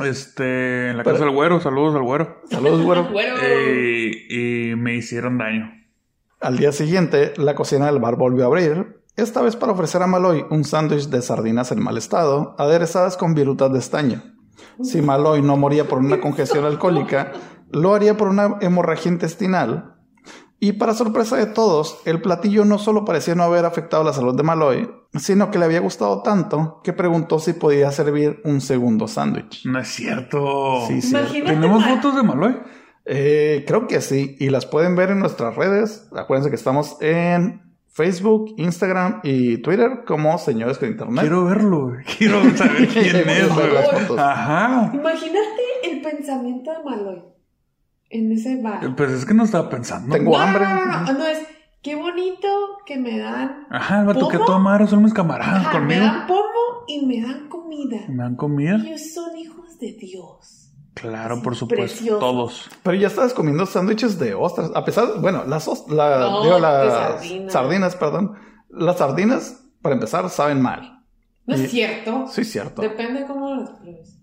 Speaker 2: este, en la
Speaker 1: Pero-
Speaker 2: casa del güero, saludos al güero.
Speaker 1: Saludos, güero.
Speaker 3: Bueno,
Speaker 2: Eh, y me hicieron daño.
Speaker 1: Al día siguiente, la cocina del bar volvió a abrir, esta vez para ofrecer a Maloy un sándwich de sardinas en mal estado, aderezadas con virutas de estaño. Si Maloy no moría por una congestión alcohólica, lo haría por una hemorragia intestinal. Y para sorpresa de todos, el platillo no solo parecía no haber afectado la salud de Maloy, sino que le había gustado tanto que preguntó si podía servir un segundo sándwich.
Speaker 2: No es cierto.
Speaker 1: Sí, sí.
Speaker 3: Imagínate.
Speaker 2: ¿Tenemos
Speaker 3: ma-
Speaker 2: fotos de Maloy?
Speaker 1: Eh, creo que sí, y las pueden ver en nuestras redes. Acuérdense que estamos en Facebook, Instagram y Twitter como Señores con Internet. [laughs]
Speaker 2: Quiero verlo, güey. quiero saber quién
Speaker 1: Por
Speaker 2: es,
Speaker 1: favor.
Speaker 2: güey. Ajá.
Speaker 3: Imagínate el pensamiento de Maloy en ese bar.
Speaker 2: Pues es que no estaba pensando.
Speaker 1: Tengo-
Speaker 3: no,
Speaker 1: hambre.
Speaker 3: No, no, no, no, es qué bonito que me dan.
Speaker 2: Ajá, el vato que
Speaker 3: ¿Pomo?
Speaker 2: toda madre son mis camaradas
Speaker 3: Ajá, me
Speaker 2: Ah, conmigo.
Speaker 3: dan pomo y me dan comida.
Speaker 2: ¿Me dan comida?
Speaker 3: Ellos son hijos de Dios.
Speaker 2: Claro,
Speaker 3: Sí,
Speaker 2: por supuesto.
Speaker 3: precioso.
Speaker 2: Todos.
Speaker 1: Pero ya estabas comiendo sándwiches de ostras. A pesar, bueno, las os- la-
Speaker 3: No,
Speaker 1: digo,
Speaker 3: de
Speaker 1: las sardinas.
Speaker 3: sardinas.
Speaker 1: perdón. Las sardinas, para empezar, saben mal.
Speaker 3: No
Speaker 1: Y-
Speaker 3: es cierto.
Speaker 1: Sí, cierto.
Speaker 3: Depende cómo los pruebes.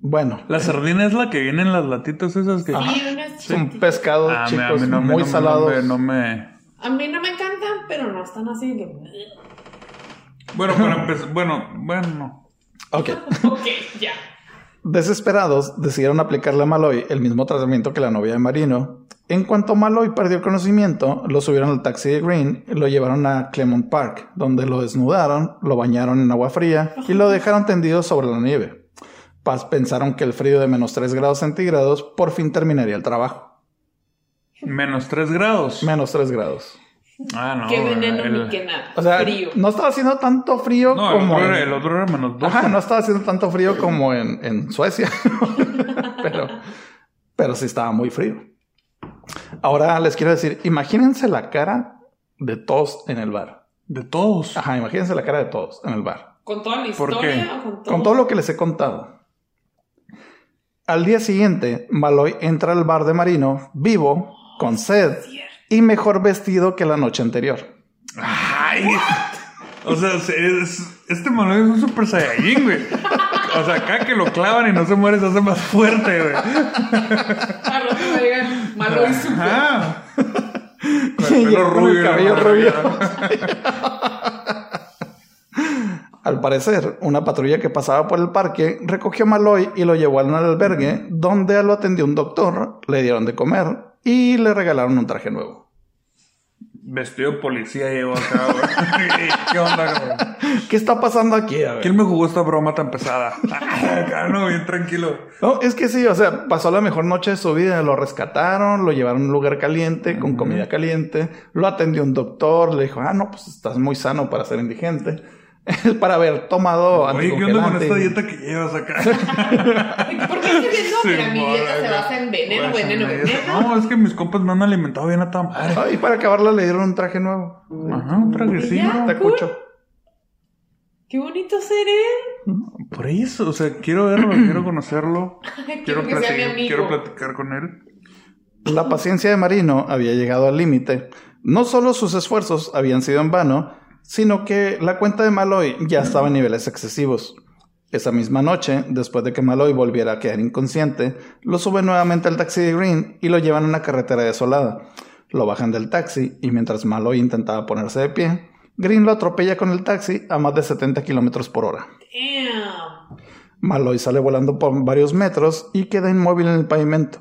Speaker 1: Bueno,
Speaker 2: La sardina es la que viene en las latitas esas que.
Speaker 1: Ah,
Speaker 3: Sí, unas
Speaker 1: es un
Speaker 3: chiquititas.
Speaker 1: pescado,
Speaker 2: Ah, me- a
Speaker 1: chicos,
Speaker 2: mí no me- no
Speaker 1: muy
Speaker 2: me-
Speaker 1: salado.
Speaker 2: No me, no me-
Speaker 3: A mí no me encantan, pero no están así de.
Speaker 2: Bueno, para
Speaker 1: [laughs]
Speaker 2: empezar. Bueno, bueno. no.
Speaker 1: Ok.
Speaker 3: ok, ya.
Speaker 1: Desesperados, decidieron aplicarle a Maloy el mismo tratamiento que la novia de Marino. En cuanto Maloy perdió el conocimiento, lo subieron al taxi de Green y lo llevaron a Clement Park, donde lo desnudaron, lo bañaron en agua fría y lo dejaron tendido sobre la nieve. Paz pensaron que el frío de menos 3 grados centígrados por fin terminaría el trabajo.
Speaker 2: Menos 3 grados.
Speaker 1: Menos 3 grados.
Speaker 2: Ah, no.
Speaker 3: que
Speaker 2: güey,
Speaker 3: veneno
Speaker 2: el-
Speaker 3: ni que nada.
Speaker 1: O sea,
Speaker 3: frío.
Speaker 1: no estaba haciendo tanto frío
Speaker 2: No, el
Speaker 1: como...
Speaker 2: otro, era,
Speaker 1: en-
Speaker 2: el otro era menos 2.
Speaker 1: Ajá, no estaba haciendo tanto frío como en, en Suecia, [laughs] pero, pero sí estaba muy frío. Ahora les quiero decir, imagínense la cara de todos en el bar.
Speaker 2: De todos.
Speaker 1: Ajá, imagínense la cara de todos en el bar.
Speaker 3: ¿Con toda la
Speaker 2: ¿Por
Speaker 3: historia
Speaker 2: qué?
Speaker 3: o con todo?
Speaker 1: Con todo lo que les he contado. Al día siguiente, Maloy entra al bar de Marino, vivo, con sed
Speaker 3: Cierto.
Speaker 1: y mejor vestido que la noche anterior.
Speaker 2: Ay. O sea, se- es- este Manuel es un super saiyajin, güey. O sea, acá que lo clavan y no se muere se hace más fuerte, güey.
Speaker 3: Al rato me digan, Maloy super.
Speaker 2: Ajá. Con
Speaker 1: Y
Speaker 2: el pelo
Speaker 1: llegó [laughs] con el
Speaker 2: rubio. y la
Speaker 1: cabello
Speaker 2: barba [laughs]
Speaker 1: rubio.
Speaker 2: larga.
Speaker 1: Al parecer, una patrulla que pasaba por el parque recogió a Maloy y lo llevó al albergue, donde lo atendió un doctor, le dieron de comer y le regalaron un traje nuevo.
Speaker 2: Vestido de policía llegó acá, güey. [laughs] ¿Qué onda, güey?
Speaker 1: ¿Qué está pasando aquí? A ver.
Speaker 2: ¿Quién me jugó esta broma tan pesada? [laughs] Acá no, bien tranquilo.
Speaker 1: No, es que sí, o sea, pasó la mejor noche de su vida, lo rescataron, lo llevaron a un lugar caliente,
Speaker 2: Mm.
Speaker 1: con comida caliente, lo atendió un doctor, le dijo, ah, no, pues estás muy sano para ser indigente, [laughs] para haber
Speaker 3: Oh,
Speaker 1: tomado
Speaker 2: Oye, ¿qué onda con
Speaker 1: anticongelante.
Speaker 2: esta dieta que llevas
Speaker 3: [laughs]
Speaker 2: acá?
Speaker 3: ¿Por qué estoy viendo
Speaker 2: Sí,
Speaker 3: que mi dieta
Speaker 2: mora,
Speaker 3: se basa en veneno,
Speaker 2: güey,
Speaker 3: veneno,
Speaker 2: se me dice,
Speaker 3: veneno?
Speaker 2: No, es que mis compas me han alimentado bien a toda madre.
Speaker 1: Ah, Y para acabarla le dieron un traje nuevo,
Speaker 2: Ajá, un
Speaker 3: ¿Ya?
Speaker 2: traguecillo.
Speaker 1: tacucho.
Speaker 3: ¡Qué bonito ser él! [laughs]
Speaker 2: Por eso, o sea, quiero verlo, quiero conocerlo. Quiero,
Speaker 3: Quiero que sea mi
Speaker 2: platicar,
Speaker 3: amigo.
Speaker 2: quiero platicar con él.
Speaker 1: La paciencia de Marino había llegado al límite. No solo sus esfuerzos habían sido en vano, sino que la cuenta de Maloy ya estaba en niveles excesivos. Esa misma noche, después de que Maloy volviera a quedar inconsciente, lo suben nuevamente al taxi de Green y lo llevan a una carretera desolada. Lo bajan del taxi y mientras Maloy intentaba ponerse de pie, Green lo atropella con el taxi a más de 70 kilómetros por hora.
Speaker 3: Damn.
Speaker 1: Maloy sale volando por varios metros y queda inmóvil en el pavimento.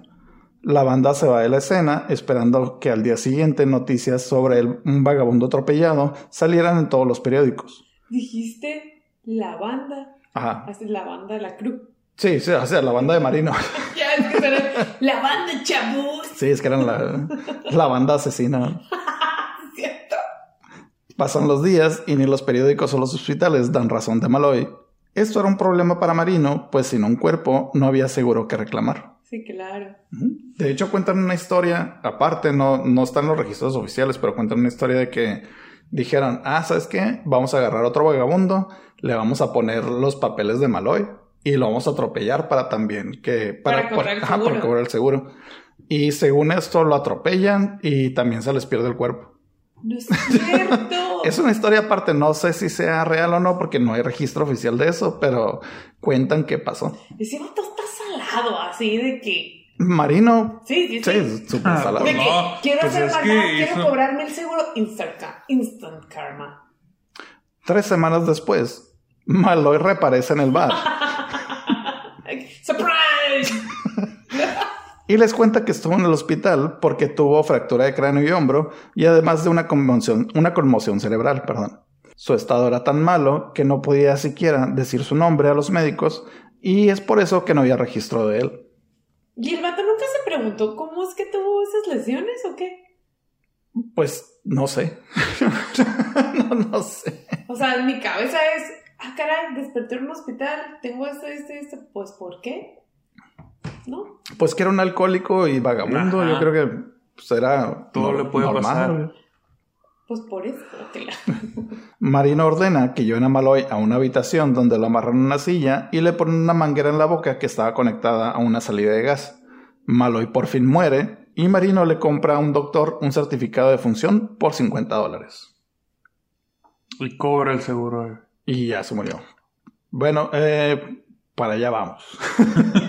Speaker 1: La banda se va de la escena esperando que al día siguiente noticias sobre el- un vagabundo atropellado salieran en todos los periódicos.
Speaker 3: Dijiste la banda.
Speaker 1: Ajá.
Speaker 3: Así es la banda de la cruz.
Speaker 1: Sí, sí, o sea, la banda de Marino.
Speaker 3: [laughs]
Speaker 1: [laughs]
Speaker 3: Ya es que suena, la banda chabús.
Speaker 1: Sí, es que eran la, la banda asesina.
Speaker 3: ¿Cierto?
Speaker 1: Pasan los días y ni los periódicos o los hospitales dan razón de Maloy. Esto era un problema para Marino, pues sin un cuerpo no había seguro que reclamar.
Speaker 3: [laughs] Sí, claro.
Speaker 1: Ujú. De hecho, cuentan una historia, aparte, no, no están los registros oficiales, pero cuentan una historia de que dijeron, ah, ¿sabes qué? Vamos a agarrar otro vagabundo, le vamos a poner los papeles de Maloy y lo vamos a atropellar para también que...
Speaker 3: Para cobrar el
Speaker 1: ajá, para
Speaker 3: seguro.
Speaker 1: cobrar el seguro. Y según esto lo atropellan y también se les pierde el cuerpo.
Speaker 3: No es cierto.
Speaker 1: [laughs] Es una historia aparte, no sé si sea real o no porque no hay registro oficial de eso, pero cuentan que pasó.
Speaker 3: Ese vato está salado, así de que.
Speaker 1: Marino,
Speaker 3: Sí, sí, sí.
Speaker 1: sí, súper
Speaker 2: Ah,
Speaker 1: salado.
Speaker 3: De que
Speaker 2: No,
Speaker 3: quiero
Speaker 2: pues
Speaker 3: hacer
Speaker 2: es
Speaker 3: maldad,
Speaker 2: que
Speaker 3: quiero
Speaker 2: hizo-
Speaker 3: cobrarme el seguro. Instant, ca- instant karma.
Speaker 1: Tres semanas después, Maloy reaparece en el bar
Speaker 3: Ay, ¡Surprise!
Speaker 1: y les cuenta que estuvo en el hospital porque tuvo fractura de cráneo y hombro y además de una conmoción, una conmoción cerebral, perdón. Su estado era tan malo que no podía siquiera decir su nombre a los médicos y es por eso que no había registro de él.
Speaker 3: Y el vato nunca se preguntó cómo es que tuvo esas lesiones o qué.
Speaker 1: Pues no sé. [laughs] no, no sé.
Speaker 3: O sea, en mi cabeza es, ah, caray, desperté en un hospital, tengo esto, esto, esto. Pues, ¿por qué? ¿No?
Speaker 1: Pues que era un alcohólico y vagabundo,
Speaker 2: Ajá.
Speaker 1: yo creo que pues, era
Speaker 2: Todo
Speaker 1: nor-
Speaker 2: le puede pasar.
Speaker 1: güey.
Speaker 3: Pues por eso. que la-
Speaker 1: Marina ordena que lleven a Maloy a una habitación donde lo amarran en una silla y le ponen una manguera en la boca que estaba conectada a una salida de gas. Maloy por fin muere y Marino le compra a un doctor un certificado de función por 50 dólares.
Speaker 2: Y cobra el seguro. eh. güey.
Speaker 1: Y ya se murió. Bueno, eh, para allá vamos. [laughs]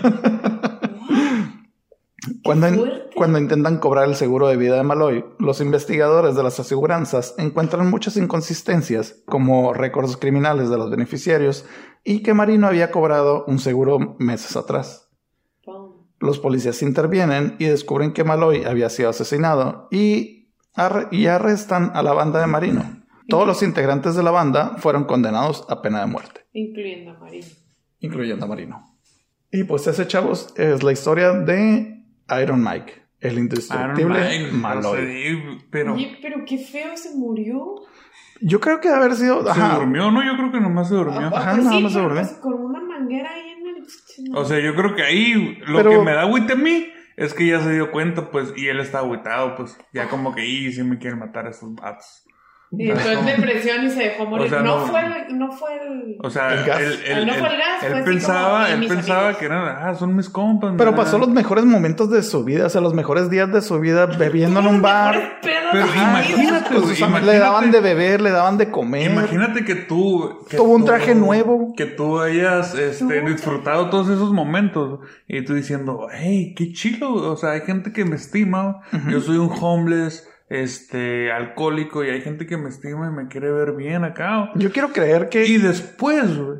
Speaker 1: Cuando, in-
Speaker 3: fuerte.
Speaker 1: cuando intentan cobrar el seguro de vida de Maloy, los investigadores de las aseguranzas encuentran muchas inconsistencias, como récords criminales de los beneficiarios y que Marino había cobrado un seguro meses atrás.
Speaker 3: Pum.
Speaker 1: Los policías intervienen y descubren que Maloy había sido asesinado y, ar- y arrestan a la banda de Marino. Todos los integrantes de la banda fueron condenados a pena de muerte,
Speaker 3: Incluyendo a Marino.
Speaker 1: incluyendo a Marino. Y pues ese, chavos, es la historia de Iron Mike, el indestructible
Speaker 2: Iron Man,
Speaker 1: Maloy.
Speaker 2: no sé, y- pero
Speaker 3: Oye, pero qué feo se murió.
Speaker 1: Yo creo que de haber sido.
Speaker 2: se
Speaker 1: Ajá.
Speaker 2: durmió, ¿no? Yo creo que nomás se durmió.
Speaker 1: Ajá,
Speaker 3: Pues
Speaker 1: nada
Speaker 3: sí,
Speaker 1: más se
Speaker 3: pero
Speaker 1: volvió.
Speaker 3: pues con una manguera ahí en el.
Speaker 2: O sea, yo creo que ahí lo
Speaker 1: Pero-
Speaker 2: que me da agüite a mí es que ya se dio cuenta, pues, y él está agüitado, pues, ya como que, y si me quieren matar a esos vatos.
Speaker 3: y entró en depresión y se dejó morir.
Speaker 2: O sea,
Speaker 3: no,
Speaker 2: no-
Speaker 3: fue el. No fue el...
Speaker 2: O sea,
Speaker 1: El gas.
Speaker 2: él, él-
Speaker 3: Ah, no
Speaker 2: él-
Speaker 3: fue el gas,
Speaker 2: él
Speaker 3: fue así como,
Speaker 2: pensaba,
Speaker 3: "Y
Speaker 2: él
Speaker 3: mis
Speaker 2: pensaba
Speaker 3: amigos".
Speaker 2: que eran, ah, son mis compas.
Speaker 1: Pero
Speaker 2: me
Speaker 1: pasó
Speaker 2: dan-
Speaker 1: los mejores momentos de su vida, o sea, los mejores días de su vida bebiendo en un bar.
Speaker 2: Pero imagínate,
Speaker 1: Pues,
Speaker 2: güey,
Speaker 1: sus am-
Speaker 2: imagínate,
Speaker 1: le daban de beber, le daban de comer.
Speaker 2: imagínate que tú... que
Speaker 1: Tuvo un
Speaker 2: tú-
Speaker 1: traje nuevo.
Speaker 2: Que tú hayas este,
Speaker 3: Tuvo-
Speaker 2: disfrutado todos esos momentos. Y tú diciendo, hey, qué chido. O sea, hay gente que me estima. Yo soy un homeless, este, alcohólico. Y hay gente que me estima y me quiere ver bien acá.
Speaker 1: Yo quiero creer que.
Speaker 2: Y después, güey,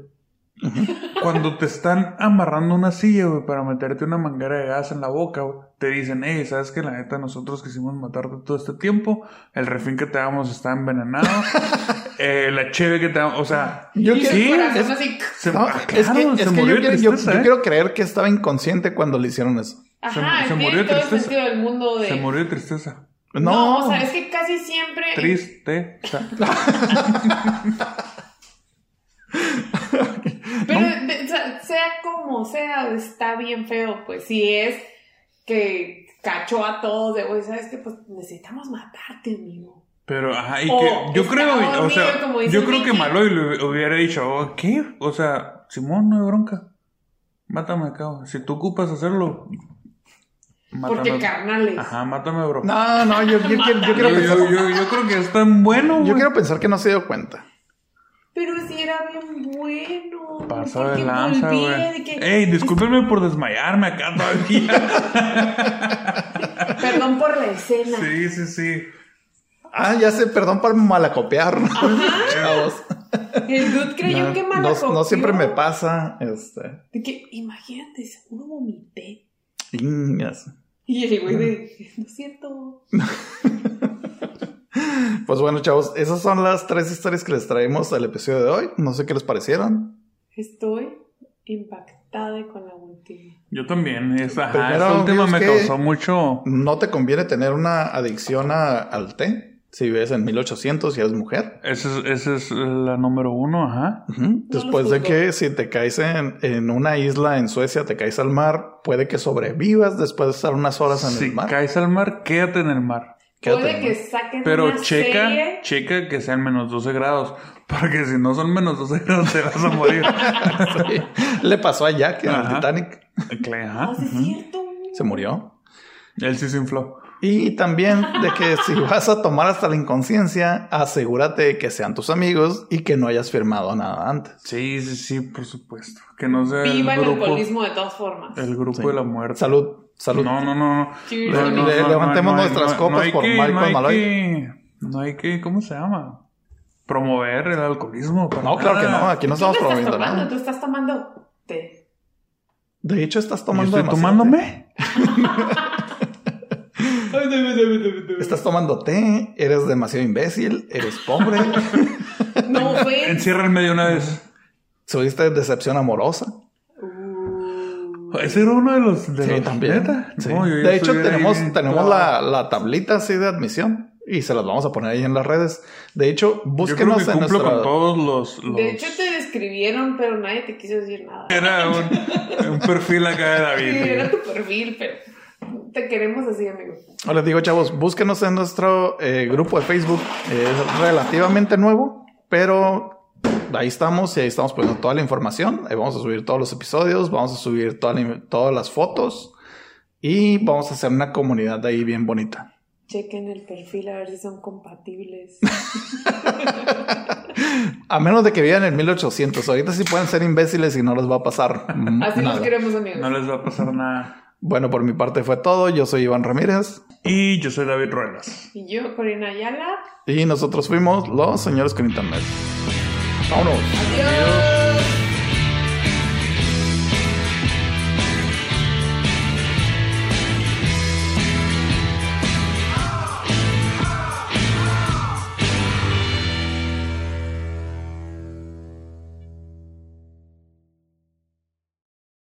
Speaker 2: cuando te están amarrando una silla, güey, para meterte una manguera de gas en la boca, güey, te dicen, hey, ¿sabes que La neta, nosotros quisimos matarte todo este tiempo. El refín que te damos está
Speaker 1: [laughs]
Speaker 2: envenenado. eh, la cheve que te damos, o sea...
Speaker 1: Yo quiero-
Speaker 2: sí,
Speaker 3: corazón
Speaker 2: es-
Speaker 3: así.
Speaker 2: se,
Speaker 1: No,
Speaker 2: ah,
Speaker 1: es que,
Speaker 2: claro,
Speaker 1: es
Speaker 2: se
Speaker 1: que yo,
Speaker 2: murió de
Speaker 1: quiero, yo-
Speaker 2: tristeza,
Speaker 1: yo
Speaker 2: ¿eh?
Speaker 1: quiero creer que estaba inconsciente cuando le hicieron eso.
Speaker 3: Ajá,
Speaker 2: se
Speaker 3: tiene
Speaker 2: murió de
Speaker 3: todo el
Speaker 2: tristeza.
Speaker 3: sentido del mundo de.
Speaker 2: Se murió de tristeza.
Speaker 1: No,
Speaker 3: No, o sea, es que casi siempre.
Speaker 2: Triste.
Speaker 3: Pero de- o sea, sea como sea, está bien feo, pues. Si es que cachó a todos de, güey, ¿sabes qué? Pues necesitamos matarte, amigo.
Speaker 2: Pero, ajá, y
Speaker 3: O
Speaker 2: que yo
Speaker 3: está
Speaker 2: creo, o
Speaker 3: dormido,
Speaker 2: sea,
Speaker 3: como dice
Speaker 2: yo creo que
Speaker 3: Vicky.
Speaker 2: Maloy le hubiera dicho, "Oh, ¿qué? O sea, Simón, no hay bronca. Mátame acá, güey. si tú ocupas hacerlo.
Speaker 3: Porque carnales.
Speaker 2: Ajá, mátame, bro.
Speaker 1: no, no, yo, yo quiero, yo
Speaker 2: yo,
Speaker 1: quiero pensar,
Speaker 2: yo- yo- yo creo que es tan bueno,
Speaker 1: yo
Speaker 2: güey.
Speaker 1: quiero pensar que no se dio cuenta.
Speaker 3: Pero si era bien bueno.
Speaker 2: Pasó
Speaker 3: porque
Speaker 2: de lanza,
Speaker 3: volvía
Speaker 2: güey.
Speaker 3: de que-
Speaker 2: Ey, discúlpenme por desmayarme acá todavía.
Speaker 3: [laughs]
Speaker 2: [laughs]
Speaker 3: Perdón por la escena.
Speaker 2: sí, sí, sí.
Speaker 1: Ah, ya sé, perdón por malacopiar. [laughs] Chavos.
Speaker 3: El dude creyó
Speaker 1: No,
Speaker 3: que
Speaker 1: no-
Speaker 3: malacopió.
Speaker 1: no siempre me pasa. Este.
Speaker 3: De que, imagínate, seguro vomité.
Speaker 1: Ingas.
Speaker 3: Y el güey de, no es cierto.
Speaker 1: Pues bueno, chavos, esas son las tres historias que les traemos al episodio de hoy. No sé qué les parecieron.
Speaker 3: Estoy impactada con la última.
Speaker 2: Yo también. Es, ajá,
Speaker 1: Primero,
Speaker 2: esta última
Speaker 1: amigos,
Speaker 2: me
Speaker 1: que-
Speaker 2: causó mucho.
Speaker 1: No te conviene tener una adicción a- al té si vives en 1800 y eres mujer.
Speaker 2: Esa es, esa es la número uno, ajá.
Speaker 1: Ujú. Después
Speaker 3: los
Speaker 1: de
Speaker 3: juzgo.
Speaker 1: que si te caes en, en una isla en Suecia, te caes al mar, puede que sobrevivas después de estar unas horas en
Speaker 2: Si
Speaker 1: el mar.
Speaker 2: caes al mar, quédate en el mar.
Speaker 1: Quédate
Speaker 3: Puede
Speaker 1: en el
Speaker 3: que
Speaker 1: mar.
Speaker 3: saquen
Speaker 2: Pero
Speaker 3: una
Speaker 2: checa,
Speaker 3: serie.
Speaker 2: checa que sean menos 12 grados. Porque si no son menos 12 grados, te vas a
Speaker 3: [laughs]
Speaker 2: morir.
Speaker 1: Sí. [laughs] Le pasó a Jack en
Speaker 2: Ajá.
Speaker 1: el Titanic.
Speaker 2: Claro, ajá.
Speaker 3: No, Ah, sí es cierto.
Speaker 1: Se murió.
Speaker 2: Él sí se infló.
Speaker 1: Y también de que si vas a tomar hasta la inconsciencia, asegúrate que sean tus amigos y que no hayas firmado nada antes.
Speaker 2: Sí, sí, sí, por supuesto. Que no sea el
Speaker 3: Viva el
Speaker 2: grupo,
Speaker 3: alcoholismo de todas formas.
Speaker 2: el grupo
Speaker 1: Sí.
Speaker 2: de la muerte.
Speaker 1: Salud, salud.
Speaker 2: No, no, no. no.
Speaker 1: Le-
Speaker 3: Cheers,
Speaker 2: No, no,
Speaker 3: amigos.
Speaker 1: le-
Speaker 2: no,
Speaker 1: levantemos
Speaker 2: no, no,
Speaker 1: nuestras
Speaker 2: no,
Speaker 1: copas
Speaker 2: no hay
Speaker 1: por
Speaker 2: que-
Speaker 1: Michael
Speaker 2: no hay
Speaker 1: Malloy.
Speaker 2: que- no hay que, ¿cómo se llama? Promover el alcoholismo. para
Speaker 1: No, claro que no,
Speaker 2: nada.
Speaker 1: aquí no
Speaker 3: Tú
Speaker 1: estamos
Speaker 3: no estás
Speaker 1: promoviendo
Speaker 3: tomando,
Speaker 1: nada.
Speaker 3: tú estás tomando té.
Speaker 1: De hecho, estás
Speaker 2: Yo
Speaker 1: tomando
Speaker 2: estoy
Speaker 1: demasiado té.
Speaker 2: tomándome.
Speaker 1: Estás tomando té, eres demasiado imbécil, eres
Speaker 2: [laughs]
Speaker 1: pobre,
Speaker 3: No ofensa.
Speaker 2: Encierra el medio una vez.
Speaker 1: subiste decepción amorosa.
Speaker 3: Uh.
Speaker 2: Ese era uno de los. De
Speaker 1: Sí,
Speaker 2: los-
Speaker 1: también.
Speaker 2: neta.
Speaker 1: Sí.
Speaker 2: No, yo ya
Speaker 1: de hecho,
Speaker 2: estuviera
Speaker 1: tenemos,
Speaker 2: ahí
Speaker 1: tenemos
Speaker 2: todo.
Speaker 1: la, la tablita así de admisión y se las vamos a poner ahí en las redes. De hecho,
Speaker 2: Yo creo que
Speaker 1: búsquenos en
Speaker 2: cumplo
Speaker 1: nuestra...
Speaker 2: con todos los. los-
Speaker 3: De hecho, te describieron, pero nadie te quiso decir nada.
Speaker 2: Era un, un perfil acá de
Speaker 3: Sí,
Speaker 2: David.
Speaker 3: era tu perfil, pero te queremos así, amigo.
Speaker 1: Ahora Les digo, chavos, búsquenos en nuestro eh, grupo de Facebook. Es relativamente nuevo, pero ahí estamos y ahí estamos poniendo toda la información. Ahí vamos a subir todos los episodios, vamos a subir toda la- todas las fotos y vamos a hacer una comunidad de ahí bien bonita.
Speaker 3: Chequen el perfil a ver si son
Speaker 2: [laughs]
Speaker 3: compatibles.
Speaker 1: A menos de que vivan en 1800. Ahorita sí pueden ser imbéciles y no les va a pasar mm,
Speaker 3: [laughs] Así los
Speaker 1: nada.
Speaker 3: queremos, amigos.
Speaker 2: No les va a pasar nada.
Speaker 1: Bueno, por mi parte fue todo. Yo soy Iván Ramírez
Speaker 2: Y yo soy David Ruelas.
Speaker 3: Y yo, Corina Ayala.
Speaker 1: y nosotros fuimos los señores con internet. Vámonos.
Speaker 3: Adiós.